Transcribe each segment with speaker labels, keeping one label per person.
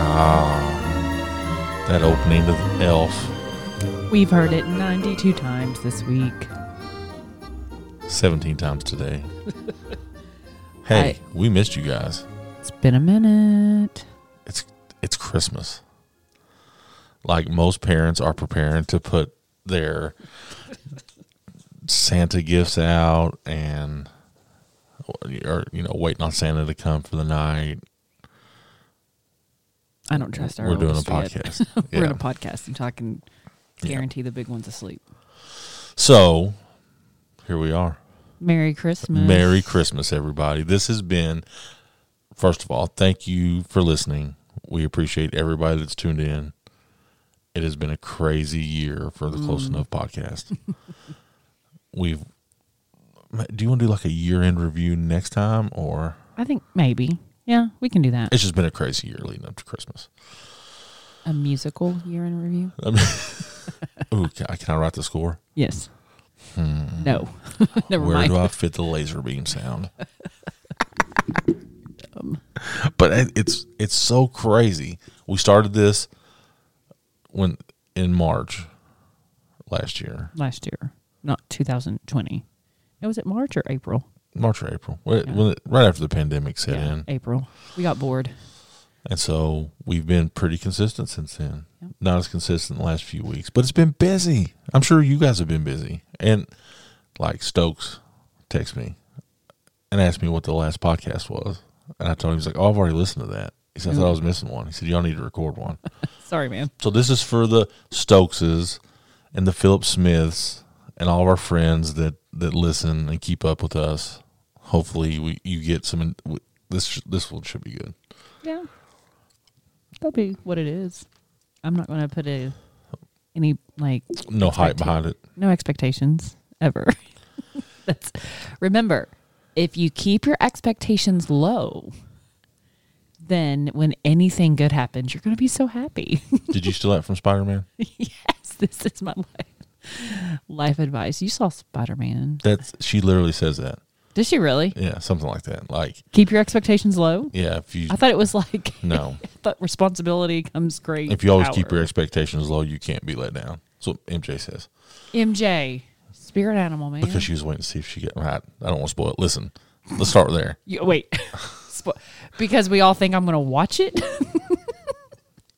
Speaker 1: Ah. That opening of Elf.
Speaker 2: We've heard it 92 times this week.
Speaker 1: 17 times today. hey,
Speaker 2: I-
Speaker 1: we missed you guys.
Speaker 2: It's been a minute.
Speaker 1: It's it's Christmas. Like most parents are preparing to put their Santa gifts out and or you know waiting on Santa to come for the night.
Speaker 2: I don't trust our
Speaker 1: We're doing a
Speaker 2: oldest yet.
Speaker 1: podcast.
Speaker 2: We're in
Speaker 1: Yeah.
Speaker 2: a podcast and talking.
Speaker 1: Yeah.
Speaker 2: Guarantee the big one's asleep.
Speaker 1: So, here we are.
Speaker 2: Merry Christmas.
Speaker 1: Merry Christmas, everybody. This has been, first of all, thank you for listening. We appreciate everybody that's tuned in. It has been a crazy year for the Close Enough podcast. We've, do you want to do like a year end review next time or?
Speaker 2: I think maybe. Yeah, we can do that.
Speaker 1: It's just been a crazy year leading up to Christmas.
Speaker 2: A musical year in review.
Speaker 1: I mean, ooh, can I, can I write the score?
Speaker 2: Yes. No. Never
Speaker 1: Hmm. Where
Speaker 2: mind.
Speaker 1: do I fit the laser beam sound? but it- it's it's so crazy. We started this when in March last year,
Speaker 2: Last year, not 2020. No, was it March or April?
Speaker 1: March or April, when, when it- right after the pandemic set in,
Speaker 2: April. We got bored.
Speaker 1: and so we've been pretty consistent since then. Not as consistent the last few weeks, but it's been busy. I'm sure you guys have been busy. And like Stokes texted me and asked me what the last podcast was, and I told him he's like, "Oh, I've already listened to that." He said, "I thought I was missing one." He said, "Y'all need to record one."
Speaker 2: Sorry, man.
Speaker 1: So this is for the Stokeses and the Philip Smiths and all of our friends that that listen and keep up with us. Hopefully, we you get some. This sh- this one should be good.
Speaker 2: Yeah. That'll be what it is. I'm not going to put a any like
Speaker 1: No hype
Speaker 2: Expected.
Speaker 1: behind it.
Speaker 2: no expectations ever. That's remember, if you keep your expectations low, then when anything good happens, you're going to be so happy.
Speaker 1: Did you steal that from Spider Man?
Speaker 2: yes, this is my life life advice. You saw Spider Man,
Speaker 1: That's she literally says that.
Speaker 2: did she really
Speaker 1: Yeah, something like that. Like
Speaker 2: keep your expectations low?
Speaker 1: yeah, if you
Speaker 2: I thought it was like
Speaker 1: no,
Speaker 2: I thought responsibility comes great.
Speaker 1: if you always
Speaker 2: power.
Speaker 1: keep your expectations low, you can't be let down. That's what MJ says
Speaker 2: MJ spirit animal man.
Speaker 1: because she was waiting to see if she got right. I don't want to spoil it. Listen, let's start there.
Speaker 2: You- wait, Spo- because we all think I'm going to watch it.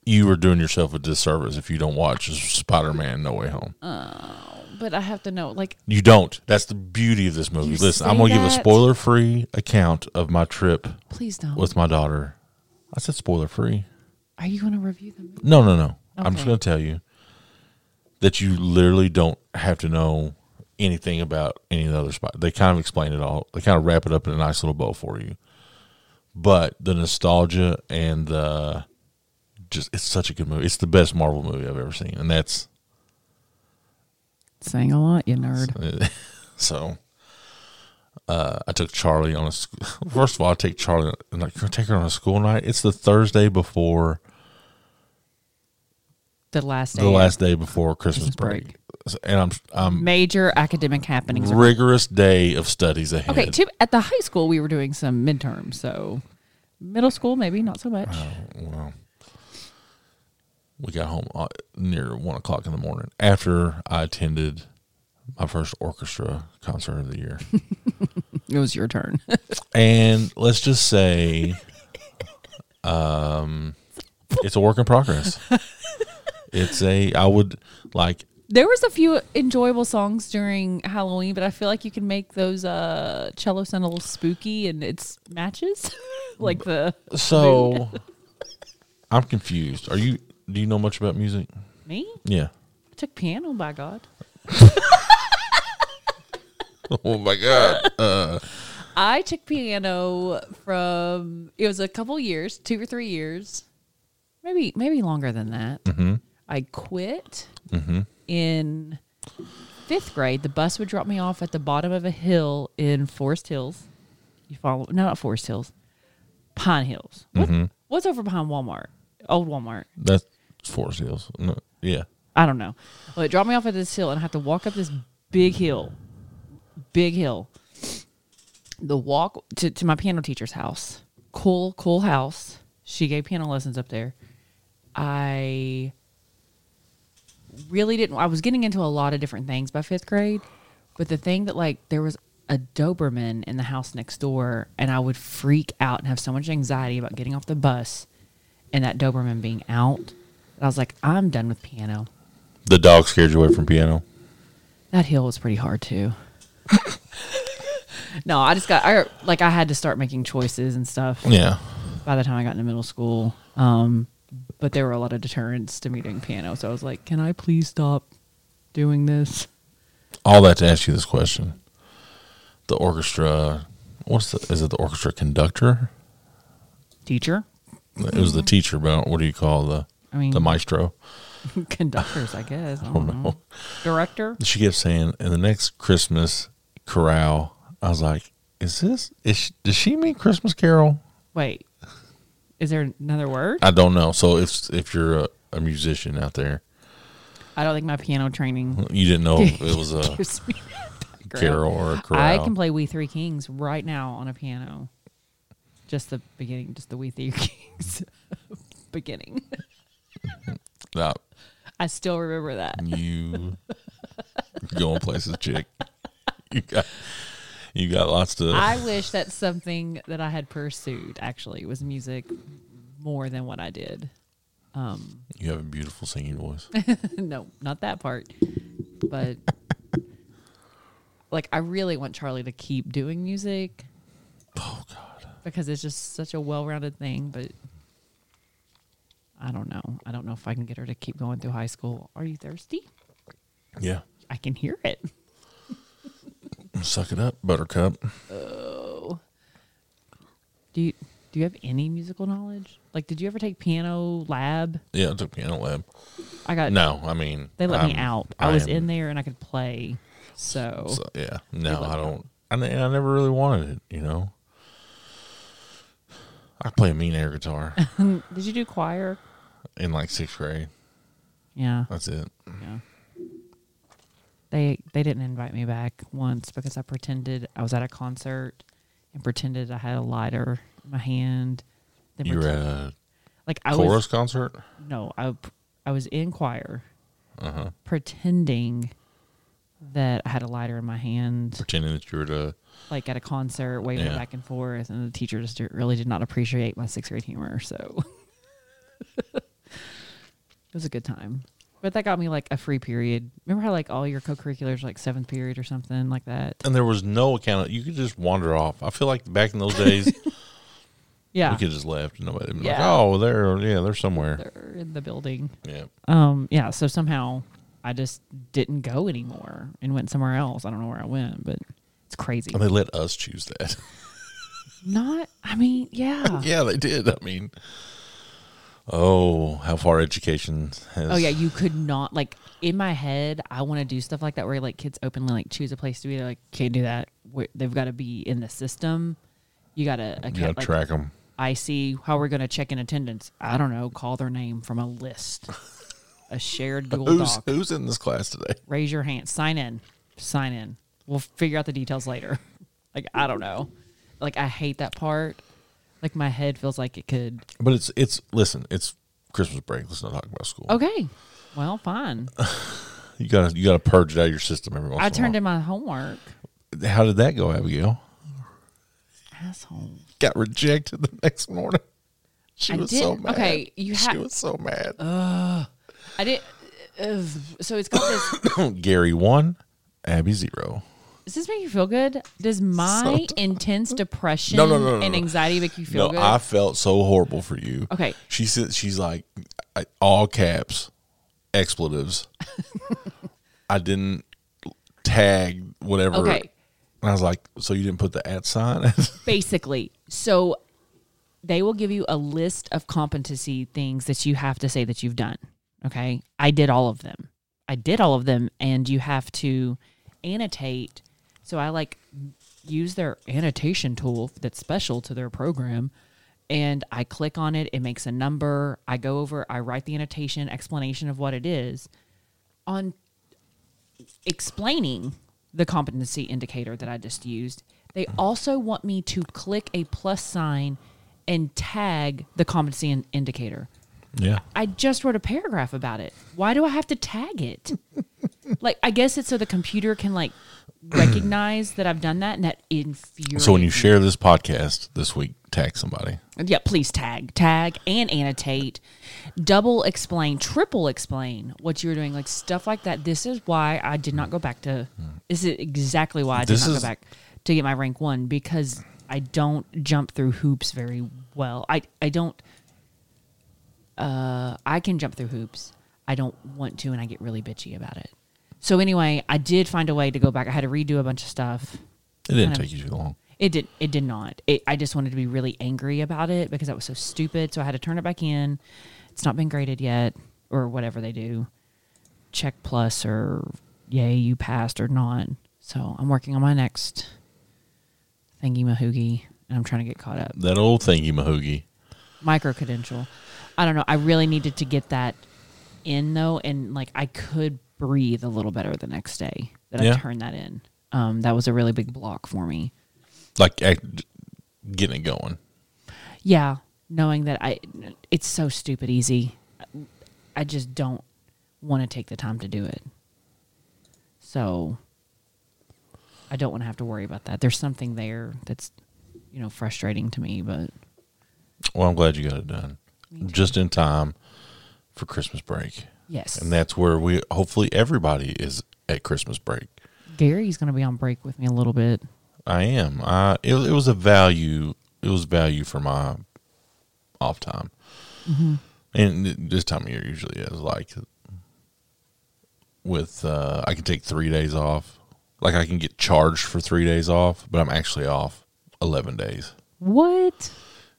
Speaker 1: You are doing yourself a disservice if you don't watch Spider Man No Way Home.
Speaker 2: Uh. But I have to know, like,
Speaker 1: You don't. That's the beauty of this movie.
Speaker 2: You
Speaker 1: Listen, I'm
Speaker 2: say
Speaker 1: going to give a
Speaker 2: that?
Speaker 1: spoiler free account of my trip
Speaker 2: please don't.
Speaker 1: with my daughter. I said spoiler free.
Speaker 2: Are you going to review them?
Speaker 1: No, no, no. I'm just
Speaker 2: Okay.
Speaker 1: going to tell you that you literally don't have to know anything about any of the other spot. They kind of explain it all. They kind of wrap it up in a nice little bow for you. But the nostalgia and the just it's such a good movie. It's the best Marvel movie I've ever seen. And that's
Speaker 2: Saying a lot, you nerd.
Speaker 1: So uh, I took Charlie on a sc- first of all I take Charlie and like take her on a school night. It's the Thursday before
Speaker 2: The last day.
Speaker 1: the last um, day before Christmas,
Speaker 2: Christmas
Speaker 1: break.
Speaker 2: break.
Speaker 1: So- and I'm I'm
Speaker 2: major academic happenings.
Speaker 1: rigorous day of studies ahead.
Speaker 2: okay, too, at the high school we were doing some midterms, so middle school maybe not so much.
Speaker 1: Well, we got home uh, near one o'clock in the morning after I attended my first orchestra concert of the year.
Speaker 2: It was your turn.
Speaker 1: and let's just say, um, it's a work in progress. It's a I would like
Speaker 2: there was a few enjoyable songs during Halloween, but I feel like you can make those uh cello sound a little spooky and it's matches. like the
Speaker 1: so. I'm confused. Are you? Do you know much about music?
Speaker 2: me?
Speaker 1: Yeah.
Speaker 2: I took piano by God.
Speaker 1: Oh my god.
Speaker 2: I took piano from it was a couple years, two or three years, maybe maybe longer than that. I quit in fifth grade. The bus would drop me off at the bottom of a hill in Forest Hills. You follow? No, not Forest Hills, Pine Hills. What, What's over behind Walmart? Old Walmart.
Speaker 1: That's Forest Hills. No, yeah.
Speaker 2: I don't know. Well, it dropped me off at this hill, and I have to walk up this big hill, big hill. The walk to, to my piano teacher's house. Cool, cool house. She gave piano lessons up there. I really didn't. I was getting into a lot of different things by fifth grade, but the thing that like there was a Doberman in the house next door, and I would freak out and have so much anxiety about getting off the bus and that Doberman being out. And I was like, I'm done with piano.
Speaker 1: The dog scared you away from piano.
Speaker 2: That hill was pretty hard too. no, I just got I like I had to start making choices and stuff
Speaker 1: Yeah.
Speaker 2: by the time I got into middle school. Um, but there were a lot of deterrents to me doing piano, so I was like, "Can I please stop doing this?"
Speaker 1: All that to ask you this question. The orchestra what's the is it the orchestra conductor?
Speaker 2: Teacher,
Speaker 1: It was
Speaker 2: Mm-hmm.
Speaker 1: the teacher, but I don't- what do you call the
Speaker 2: I mean-
Speaker 1: the maestro?
Speaker 2: conductors, I guess. I
Speaker 1: I
Speaker 2: don't
Speaker 1: don't
Speaker 2: know.
Speaker 1: know.
Speaker 2: Director.
Speaker 1: She kept saying, "In the next Christmas corral," I was like, "Is this? Is she, does she mean Christmas Carol?"
Speaker 2: Wait, is there another word?
Speaker 1: I don't know. So if if you're a, a musician out there,
Speaker 2: I don't think my piano training
Speaker 1: you didn't know if it was a
Speaker 2: gives me. that ground.
Speaker 1: Mm. carol or a corral.
Speaker 2: I can play We Three Kings right now on a piano. Just the beginning, just the We Three Kings beginning.
Speaker 1: Nah,
Speaker 2: I still remember that.
Speaker 1: you going places, chick. You got you got lots to.
Speaker 2: I wish that's something that I had pursued actually was music more than what I did.
Speaker 1: you have a beautiful singing voice.
Speaker 2: no, not that part. But like I really want Charlie to keep doing music. Oh god. Because it's just such a well-rounded thing, but I don't know. I don't know if I can get her to keep going through high school. Are you thirsty?
Speaker 1: Yeah,
Speaker 2: I can hear it.
Speaker 1: suck it up, Buttercup.
Speaker 2: Do you do you have any musical knowledge? Like did you ever take piano lab?
Speaker 1: Yeah, I took piano lab.
Speaker 2: I got
Speaker 1: No, I mean
Speaker 2: They let me
Speaker 1: I'm-
Speaker 2: out. um, I, was
Speaker 1: am-
Speaker 2: in there and I could play. So,
Speaker 1: So, yeah, no, I don't. I, ne- I never really wanted it. You know, I could play a mean air guitar
Speaker 2: did you do choir?
Speaker 1: in like sixth grade.
Speaker 2: Yeah.
Speaker 1: That's it.
Speaker 2: Yeah. They they didn't invite me back once because I pretended I was at a concert and pretended I had a lighter in my hand. Then
Speaker 1: You were at
Speaker 2: pretend-
Speaker 1: a
Speaker 2: like I
Speaker 1: chorus
Speaker 2: was
Speaker 1: concert.
Speaker 2: no, I p- I was in choir,
Speaker 1: Uh-huh.
Speaker 2: pretending that I had a lighter in my hand,
Speaker 1: pretending that you were to
Speaker 2: like at a concert, waving it
Speaker 1: Yeah.
Speaker 2: back and forth, and the teacher just did- really did not appreciate my sixth grade humor. So it was a good time, but that got me like a free period. Remember how like all your co-curriculars like seventh period or something like that?
Speaker 1: and there was no account. You could just wander off. I feel like back in those days,
Speaker 2: Yeah,
Speaker 1: we could just left. and Nobody would be like,
Speaker 2: Yeah.
Speaker 1: oh, they're yeah, they're somewhere.
Speaker 2: they're in the building.
Speaker 1: Yeah,
Speaker 2: Um, yeah. So somehow I just didn't go anymore and went somewhere else. I don't know where I went, but it's crazy.
Speaker 1: and they let us choose that.
Speaker 2: Not. I mean, yeah.
Speaker 1: yeah, they did. I mean, oh, how far education has.
Speaker 2: Oh yeah, you could not like in my head. I want to do stuff like that where like kids openly like choose a place to be. They're like, can't do that. we they've got to be in the system. You got to
Speaker 1: you gotta
Speaker 2: like,
Speaker 1: track them.
Speaker 2: I see how we're going to check in attendance. I don't know. Call their name from a list, a shared Google
Speaker 1: Who's
Speaker 2: Doc.
Speaker 1: who's in this class today?
Speaker 2: Raise your hand. Sign in. Sign in. We'll figure out the details later. like I don't know. Like I hate that part. Like my head feels like it could.
Speaker 1: But it's it's listen, it's Christmas break. Let's not talk about school.
Speaker 2: Okay. Well, fine.
Speaker 1: You gotta you gotta purge it out of your system every once
Speaker 2: I
Speaker 1: in a
Speaker 2: turned
Speaker 1: while.
Speaker 2: in my homework.
Speaker 1: How did that go, Abigail?
Speaker 2: Asshole.
Speaker 1: Got rejected the next morning. She
Speaker 2: I
Speaker 1: was so
Speaker 2: did-
Speaker 1: mad.
Speaker 2: okay, you
Speaker 1: she
Speaker 2: ha-
Speaker 1: was so mad.
Speaker 2: I did. Uh, so it's got this.
Speaker 1: Gary one, Abby zero.
Speaker 2: Does this make you feel good? Does my intense depression
Speaker 1: No, no, no, no,
Speaker 2: and
Speaker 1: no.
Speaker 2: anxiety make you feel
Speaker 1: no,
Speaker 2: good?
Speaker 1: I felt so horrible for you.
Speaker 2: Okay.
Speaker 1: She said she's like I, all caps, expletives. I didn't tag whatever.
Speaker 2: Okay.
Speaker 1: And I was like, so you didn't put the at sign?
Speaker 2: Basically, so they will give you a list of competency things that you have to say that you've done. Okay. I did all of them. I did all of them, and you have to annotate. So I like use their annotation tool that's special to their program. And I click on it, it makes a number. I go over, I write the annotation, explanation of what it is. On explaining the competency indicator that I just used, they also want me to click a plus sign and tag the competency in- indicator.
Speaker 1: yeah.
Speaker 2: I just wrote a paragraph about it. Why do I have to tag it? like, I guess it's so the computer can like recognize that I've done that, and that infuriates.
Speaker 1: So when you
Speaker 2: me.
Speaker 1: share this podcast this week, tag somebody.
Speaker 2: Yeah, please tag, tag, and annotate, double explain, triple explain what you were doing, like stuff like that. This is why I did not go back to. This is exactly why I did
Speaker 1: This
Speaker 2: not
Speaker 1: is-
Speaker 2: go back to get my rank one because I don't jump through hoops very well. I I don't. Uh, I can jump through hoops. I don't want to, and I get really bitchy about it. So anyway, I did find a way to go back. I had to redo a bunch of stuff.
Speaker 1: It didn't
Speaker 2: Kind of-
Speaker 1: take you too long.
Speaker 2: It did. It did not. It, I just wanted to be really angry about it because that was so stupid. So I had to turn it back in. It's not been graded yet, or whatever they do, check plus or yay you passed or not. So I'm working on my next thingy mahoogie, and I'm trying to get caught up.
Speaker 1: That old thingy mahoogie.
Speaker 2: Micro credential. I don't know. I really needed to get that in though, and like I could breathe a little better the next day that
Speaker 1: Yeah.
Speaker 2: I turned that in. Um, that was a really big block for me.
Speaker 1: Like act- getting it going.
Speaker 2: Yeah, knowing that I, it's so stupid easy. I just don't want to take the time to do it. So I don't want to have to worry about that. There's something there that's, you know, frustrating to me, but
Speaker 1: Well, I'm glad you got it done. Just in time for Christmas break.
Speaker 2: yes.
Speaker 1: And that's where we hopefully everybody is at Christmas break.
Speaker 2: Gary's going to be on break with me a little bit.
Speaker 1: I am. I it, it was a value. It was value for my off time. And th- this time of year usually is like with uh, I can take three days off. Like I can get charged for three days off, but I'm actually off eleven days.
Speaker 2: What?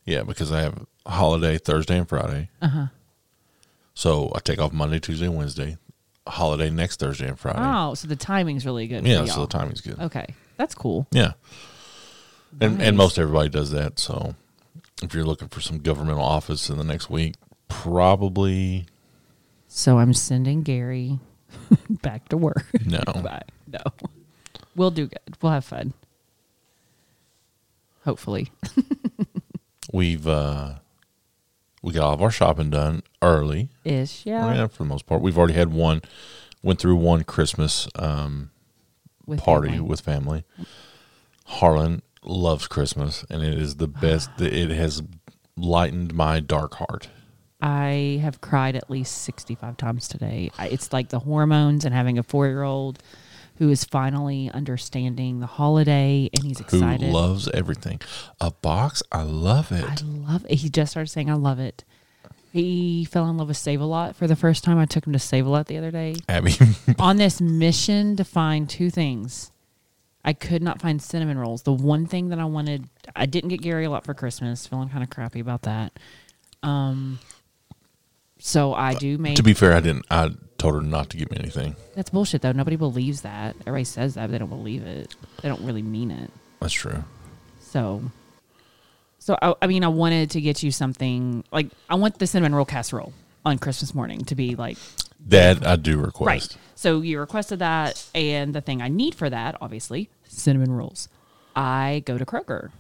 Speaker 1: Yeah, because I have a holiday Thursday and Friday. So I take off Monday, Tuesday, Wednesday. Holiday next Thursday and Friday.
Speaker 2: Oh, so the timing's really good.
Speaker 1: yeah,
Speaker 2: for
Speaker 1: so
Speaker 2: y'all.
Speaker 1: the timing's good.
Speaker 2: Okay. That's cool.
Speaker 1: Yeah. And
Speaker 2: Nice.
Speaker 1: and most everybody does that. So if you're looking for some governmental office in the next week, probably
Speaker 2: So I'm sending Gary back to work.
Speaker 1: no.
Speaker 2: Bye. No. We'll do good. We'll have fun. Hopefully.
Speaker 1: We've uh we got all of our shopping done early.
Speaker 2: Ish. Yeah.
Speaker 1: Yeah, for the most part. We've already had one went through one Christmas um
Speaker 2: With
Speaker 1: party
Speaker 2: family.
Speaker 1: with family. Harlan loves Christmas and it is the best it has lightened my dark heart.
Speaker 2: I have cried at least 65 times today. I, it's like the hormones and having a four year old who is finally understanding the holiday and he's excited.
Speaker 1: Who loves everything. A box, I love it.
Speaker 2: I love it. He just started saying, I love it. He fell in love with Save a Lot for the first time. I took him to Save a Lot the other day.
Speaker 1: Abby
Speaker 2: on this mission to find two things. I could not find cinnamon rolls. The one thing that I wanted, I didn't get Gary a lot for Christmas. Feeling kind of crappy about that. Um, so I do make
Speaker 1: To be fair, I didn't. I told her not to give me anything.
Speaker 2: that's bullshit though. Nobody believes that. Everybody says that, but they don't believe it. They don't really mean it.
Speaker 1: That's true.
Speaker 2: So, so I, I mean, I wanted to get you something like I want the cinnamon roll casserole on Christmas morning to be like
Speaker 1: That I do request.
Speaker 2: Right. So you requested that, and the thing I need for that, obviously, cinnamon rolls. I go to Kroger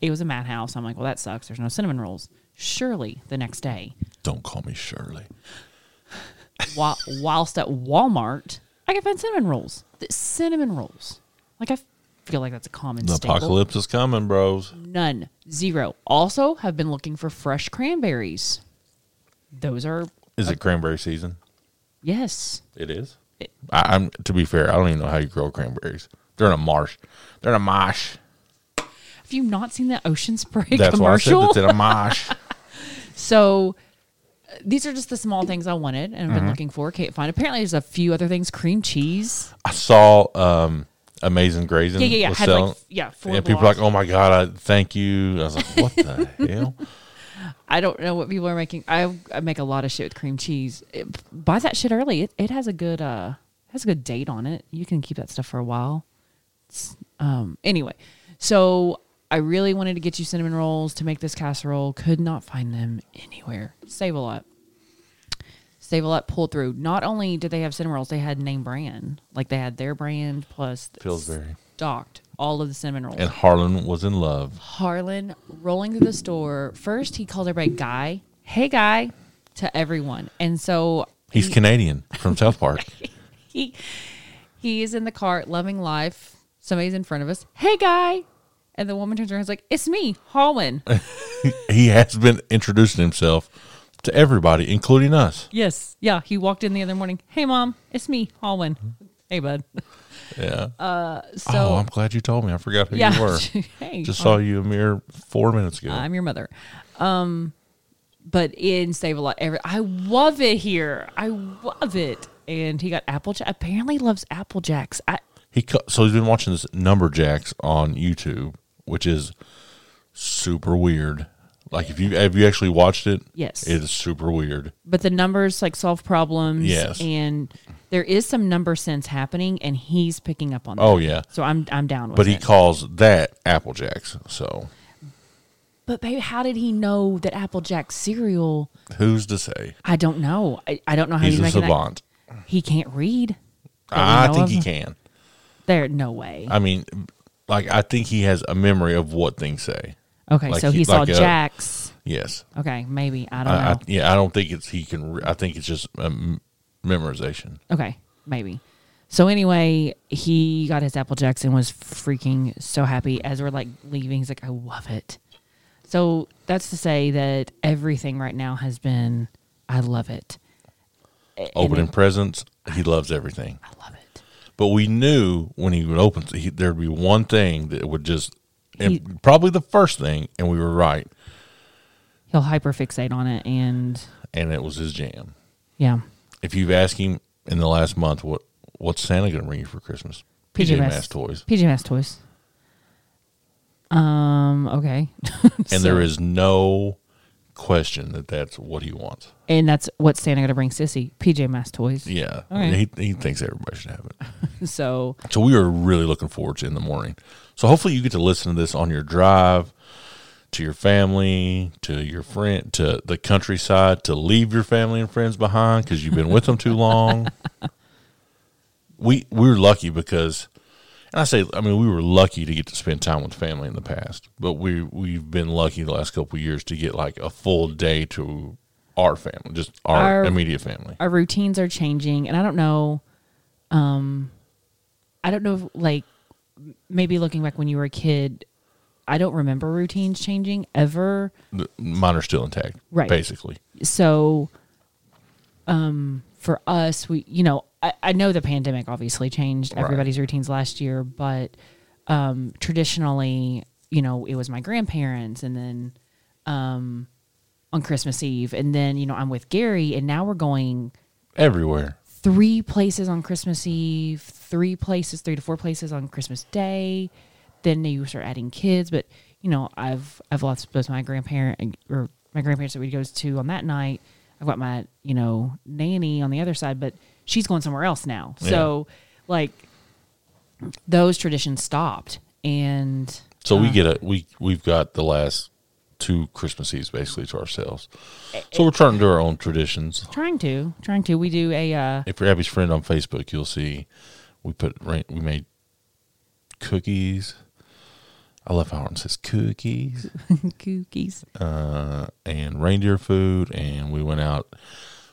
Speaker 2: It was a madhouse. I'm like, well, that sucks. There's no cinnamon rolls. Surely the next day,
Speaker 1: Don't call me Shirley.
Speaker 2: while, whilst at Walmart, I could find cinnamon rolls. Th- Cinnamon rolls. Like I f- feel like that's a common
Speaker 1: The
Speaker 2: staple.
Speaker 1: apocalypse is coming, bros.
Speaker 2: None. Zero. Also have been looking for fresh cranberries. Those are
Speaker 1: Is it cranberry season?
Speaker 2: yes.
Speaker 1: It is.
Speaker 2: It-
Speaker 1: I, I'm to be fair, I don't even know how you grow cranberries. They're in a marsh. They're in a marsh.
Speaker 2: Have you not seen that Ocean Spray
Speaker 1: That's why I said
Speaker 2: commercial?
Speaker 1: it's in a marsh.
Speaker 2: So uh, these are just the small things I wanted and I've been looking for. Can't find. Apparently, there's a few other things: cream cheese.
Speaker 1: I saw um, Amazing Grazing.
Speaker 2: Yeah, yeah, yeah.
Speaker 1: was
Speaker 2: Had like
Speaker 1: selling-
Speaker 2: f- yeah, four.
Speaker 1: and people are like, "Oh my god, I thank you." I was like, "What the hell?"
Speaker 2: I don't know what people are making. I, I make a lot of shit with cream cheese. It, buy that shit early. It, it has a good uh has a good date on it. You can keep that stuff for a while. It's- um. Anyway, so I really wanted to get you cinnamon rolls to make this casserole. Could not find them anywhere. Save a lot. Save a lot. Pulled through. Not only did they have cinnamon rolls, they had name brand. Like they had their brand plus
Speaker 1: Pillsbury.
Speaker 2: stocked all of the cinnamon rolls.
Speaker 1: And Harlan was in love.
Speaker 2: Harlan rolling through the store. First, he called everybody guy, hey guy, to everyone. And so
Speaker 1: He's Canadian from South Park.
Speaker 2: he he is in the cart, loving life. Somebody's in front of us, hey guy. And the woman turns around and is like, it's me, Harlan.
Speaker 1: he has been introducing himself to everybody, including us.
Speaker 2: yes. Yeah. He walked in the other morning, hey mom, it's me, Harlan. Hey bud.
Speaker 1: Yeah.
Speaker 2: Mm-hmm. So
Speaker 1: oh, I'm glad you told me. I forgot who
Speaker 2: yeah.
Speaker 1: you were.
Speaker 2: hey,
Speaker 1: Just saw you a mere four minutes ago.
Speaker 2: I'm your mother. Um, but in Save a Lot, every I love it here. I love it. And he got Apple Jack. Apparently loves Apple Jacks. I,
Speaker 1: he co- so he's been watching this Numberjacks on YouTube, which is super weird. Like if you have you actually watched it?
Speaker 2: Yes.
Speaker 1: It is super weird.
Speaker 2: but the numbers like solve problems.
Speaker 1: Yes.
Speaker 2: And there is some number sense happening, and he's picking up on that.
Speaker 1: Oh yeah.
Speaker 2: So I'm I'm down with
Speaker 1: But he
Speaker 2: it.
Speaker 1: calls that Applejacks. So
Speaker 2: but babe, how did he know that Apple Jack cereal?
Speaker 1: who's to say?
Speaker 2: I don't know. I, I don't know how he's,
Speaker 1: He's a
Speaker 2: making
Speaker 1: savant.
Speaker 2: that. He can't read. that we
Speaker 1: I
Speaker 2: know
Speaker 1: think
Speaker 2: of.
Speaker 1: he can.
Speaker 2: There, no way.
Speaker 1: I mean, like I think he has a memory of what things say.
Speaker 2: Okay,
Speaker 1: like
Speaker 2: so he,
Speaker 1: he-
Speaker 2: saw
Speaker 1: like a-
Speaker 2: Jack's.
Speaker 1: Yes.
Speaker 2: Okay, maybe I don't know.
Speaker 1: I, I, yeah, I don't think it's he can. Re- I think it's just um, memorization.
Speaker 2: Okay, maybe. So anyway, he got his Apple Jacks and was freaking so happy as we're like leaving. He's like, I love it. So that's to say that everything right now has been, I love it. A- and
Speaker 1: Opening
Speaker 2: it-
Speaker 1: presents, he loves everything.
Speaker 2: I love it.
Speaker 1: But we knew when he would open, he, there'd be one thing that would just, and
Speaker 2: He-
Speaker 1: probably the first thing, and we were right,
Speaker 2: He'll hyperfixate on it, and
Speaker 1: and it was his jam.
Speaker 2: yeah,
Speaker 1: If you've asked him in the last month, what what's Santa going to bring you for Christmas?
Speaker 2: Masks.
Speaker 1: Masks toys,
Speaker 2: PJ Masks toys. Um. Okay.
Speaker 1: and there is no question that that's what he wants.
Speaker 2: and that's what Santa gonna bring Sissy PJ Masks toys.
Speaker 1: Yeah,
Speaker 2: Okay.
Speaker 1: he he thinks everybody should have it.
Speaker 2: So
Speaker 1: So we are really looking forward to in the morning. So hopefully you get to listen to this on your drive to your family, to your friend, to the countryside, to leave your family and friends behind because you've been with them too long. We we were lucky because, and I say I mean we were lucky to get to spend time with family in the past, but we we've been lucky the last couple of years to get like a full day to our family, just our
Speaker 2: Our-
Speaker 1: immediate family.
Speaker 2: our routines are changing and i don't know um i don't know if, like m- maybe looking back when you were a kid i don't remember routines changing ever
Speaker 1: Mine are still intact,
Speaker 2: Right.
Speaker 1: Basically,
Speaker 2: so um for us we you know i, I know the pandemic obviously changed
Speaker 1: Right.
Speaker 2: everybody's routines last year but um traditionally you know it was my grandparents and then um on christmas eve and then you know i'm with gary and now we're going
Speaker 1: everywhere.
Speaker 2: three places on Christmas Eve, three places, three to four places on Christmas Day. Then you start adding kids, but you know, I've I've lost both my grandparent or my grandparents that we goes to on that night. I've got my you know nanny on the other side, but she's going somewhere else now. So like those traditions stopped, and
Speaker 1: So we get a we we've got the last two Christmas Eves basically to ourselves. So we're trying to do our own traditions.
Speaker 2: trying to trying to we do a uh,
Speaker 1: If you're Abby's friend on Facebook, you'll see we put ra- we made cookies. I love how it says cookies
Speaker 2: Cookies.
Speaker 1: uh, and reindeer food, and we went out.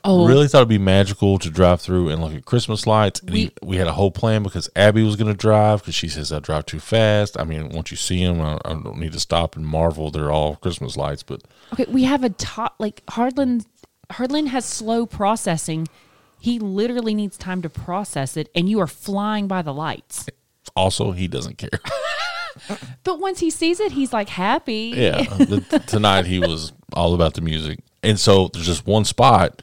Speaker 2: Oh,
Speaker 1: Really thought it'd be magical to drive through and look at Christmas lights. And he, we had a whole plan because Abby was going to drive because she says I drive too fast. I mean, once you see them, I, I don't need to stop and marvel. They're all Christmas lights, but
Speaker 2: Okay, we have a top like Hardland. Hardland has slow processing. He literally needs time to process it, and you are flying by the lights.
Speaker 1: also he doesn't care.
Speaker 2: But once he sees it, he's like happy.
Speaker 1: Yeah. the, tonight he was all about the music. And so there's just one spot.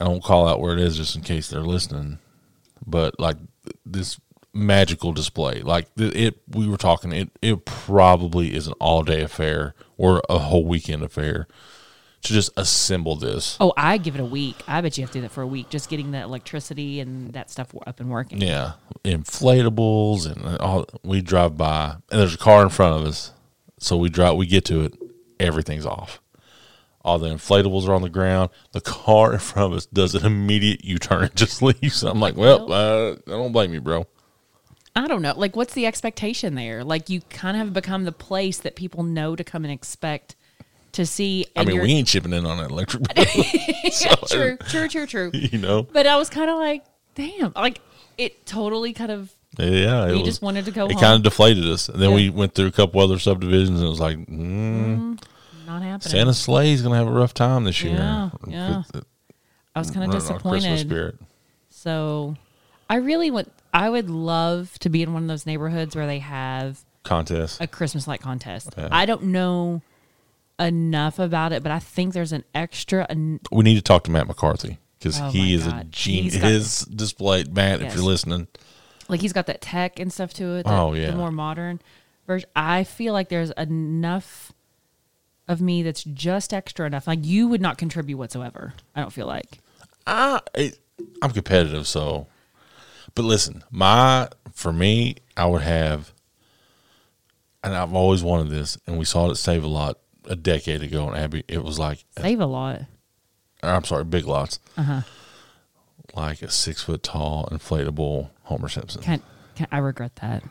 Speaker 1: I don't call out where it is just in case they're listening. But like this magical display. Like th- it we were talking it it probably is an all-day affair or a whole weekend affair to just assemble this.
Speaker 2: Oh, I give it a week. I bet you have to do that for a week, just getting the electricity and that stuff up and working.
Speaker 1: Yeah, inflatables and all. We drive by, and there's a car in front of us. So we drive, we get to it, everything's off. All the inflatables are on the ground. The car in front of us does an immediate U-turn and just leaves. I'm like, well, uh, I don't blame you, bro.
Speaker 2: I don't know. Like, what's the expectation there? Like, you kind of have become the place that people know to come and expect to see.
Speaker 1: I
Speaker 2: and
Speaker 1: mean,
Speaker 2: you're-
Speaker 1: we ain't chipping in on that electric bill,
Speaker 2: true, true, true, true.
Speaker 1: you know.
Speaker 2: But I was kind of like, damn, like it totally kind of
Speaker 1: Yeah, it
Speaker 2: We just wanted to go
Speaker 1: It
Speaker 2: home.
Speaker 1: kind of deflated us. And then
Speaker 2: Yeah. Mm-hmm.
Speaker 1: we went through a couple other subdivisions, and it was like, mm,
Speaker 2: not happening.
Speaker 1: Santa Slay's gonna have a rough time this year.
Speaker 2: Yeah, yeah.
Speaker 1: With the-
Speaker 2: I was kind of
Speaker 1: running on Christmas
Speaker 2: disappointed.
Speaker 1: spirit.
Speaker 2: So I really want. I would love to be in one of those neighborhoods where they have
Speaker 1: contest.
Speaker 2: a Christmas light contest.
Speaker 1: Yeah.
Speaker 2: I don't know enough about it, but I think there's an extra. An,
Speaker 1: we need to talk to Matt McCarthy because
Speaker 2: Oh
Speaker 1: he
Speaker 2: my
Speaker 1: is a
Speaker 2: God.
Speaker 1: genius.
Speaker 2: He's got-
Speaker 1: His display, Matt, if
Speaker 2: Yes.
Speaker 1: you're listening,
Speaker 2: like he's got that tech and stuff to it. that-
Speaker 1: Oh, yeah.
Speaker 2: the more modern version. I feel like there's enough of me that's just extra enough. Like you would not contribute whatsoever. I don't feel like.
Speaker 1: I, it, I'm competitive. So, but listen, my for me, I would have, and I've always wanted this, and we saw it at Save a Lot a decade ago, and Abby, it was like,
Speaker 2: Save a lot.
Speaker 1: I'm sorry, Big Lots,
Speaker 2: Uh-huh.
Speaker 1: like a six foot tall inflatable Homer Simpson.
Speaker 2: Can't, can't, I regret that.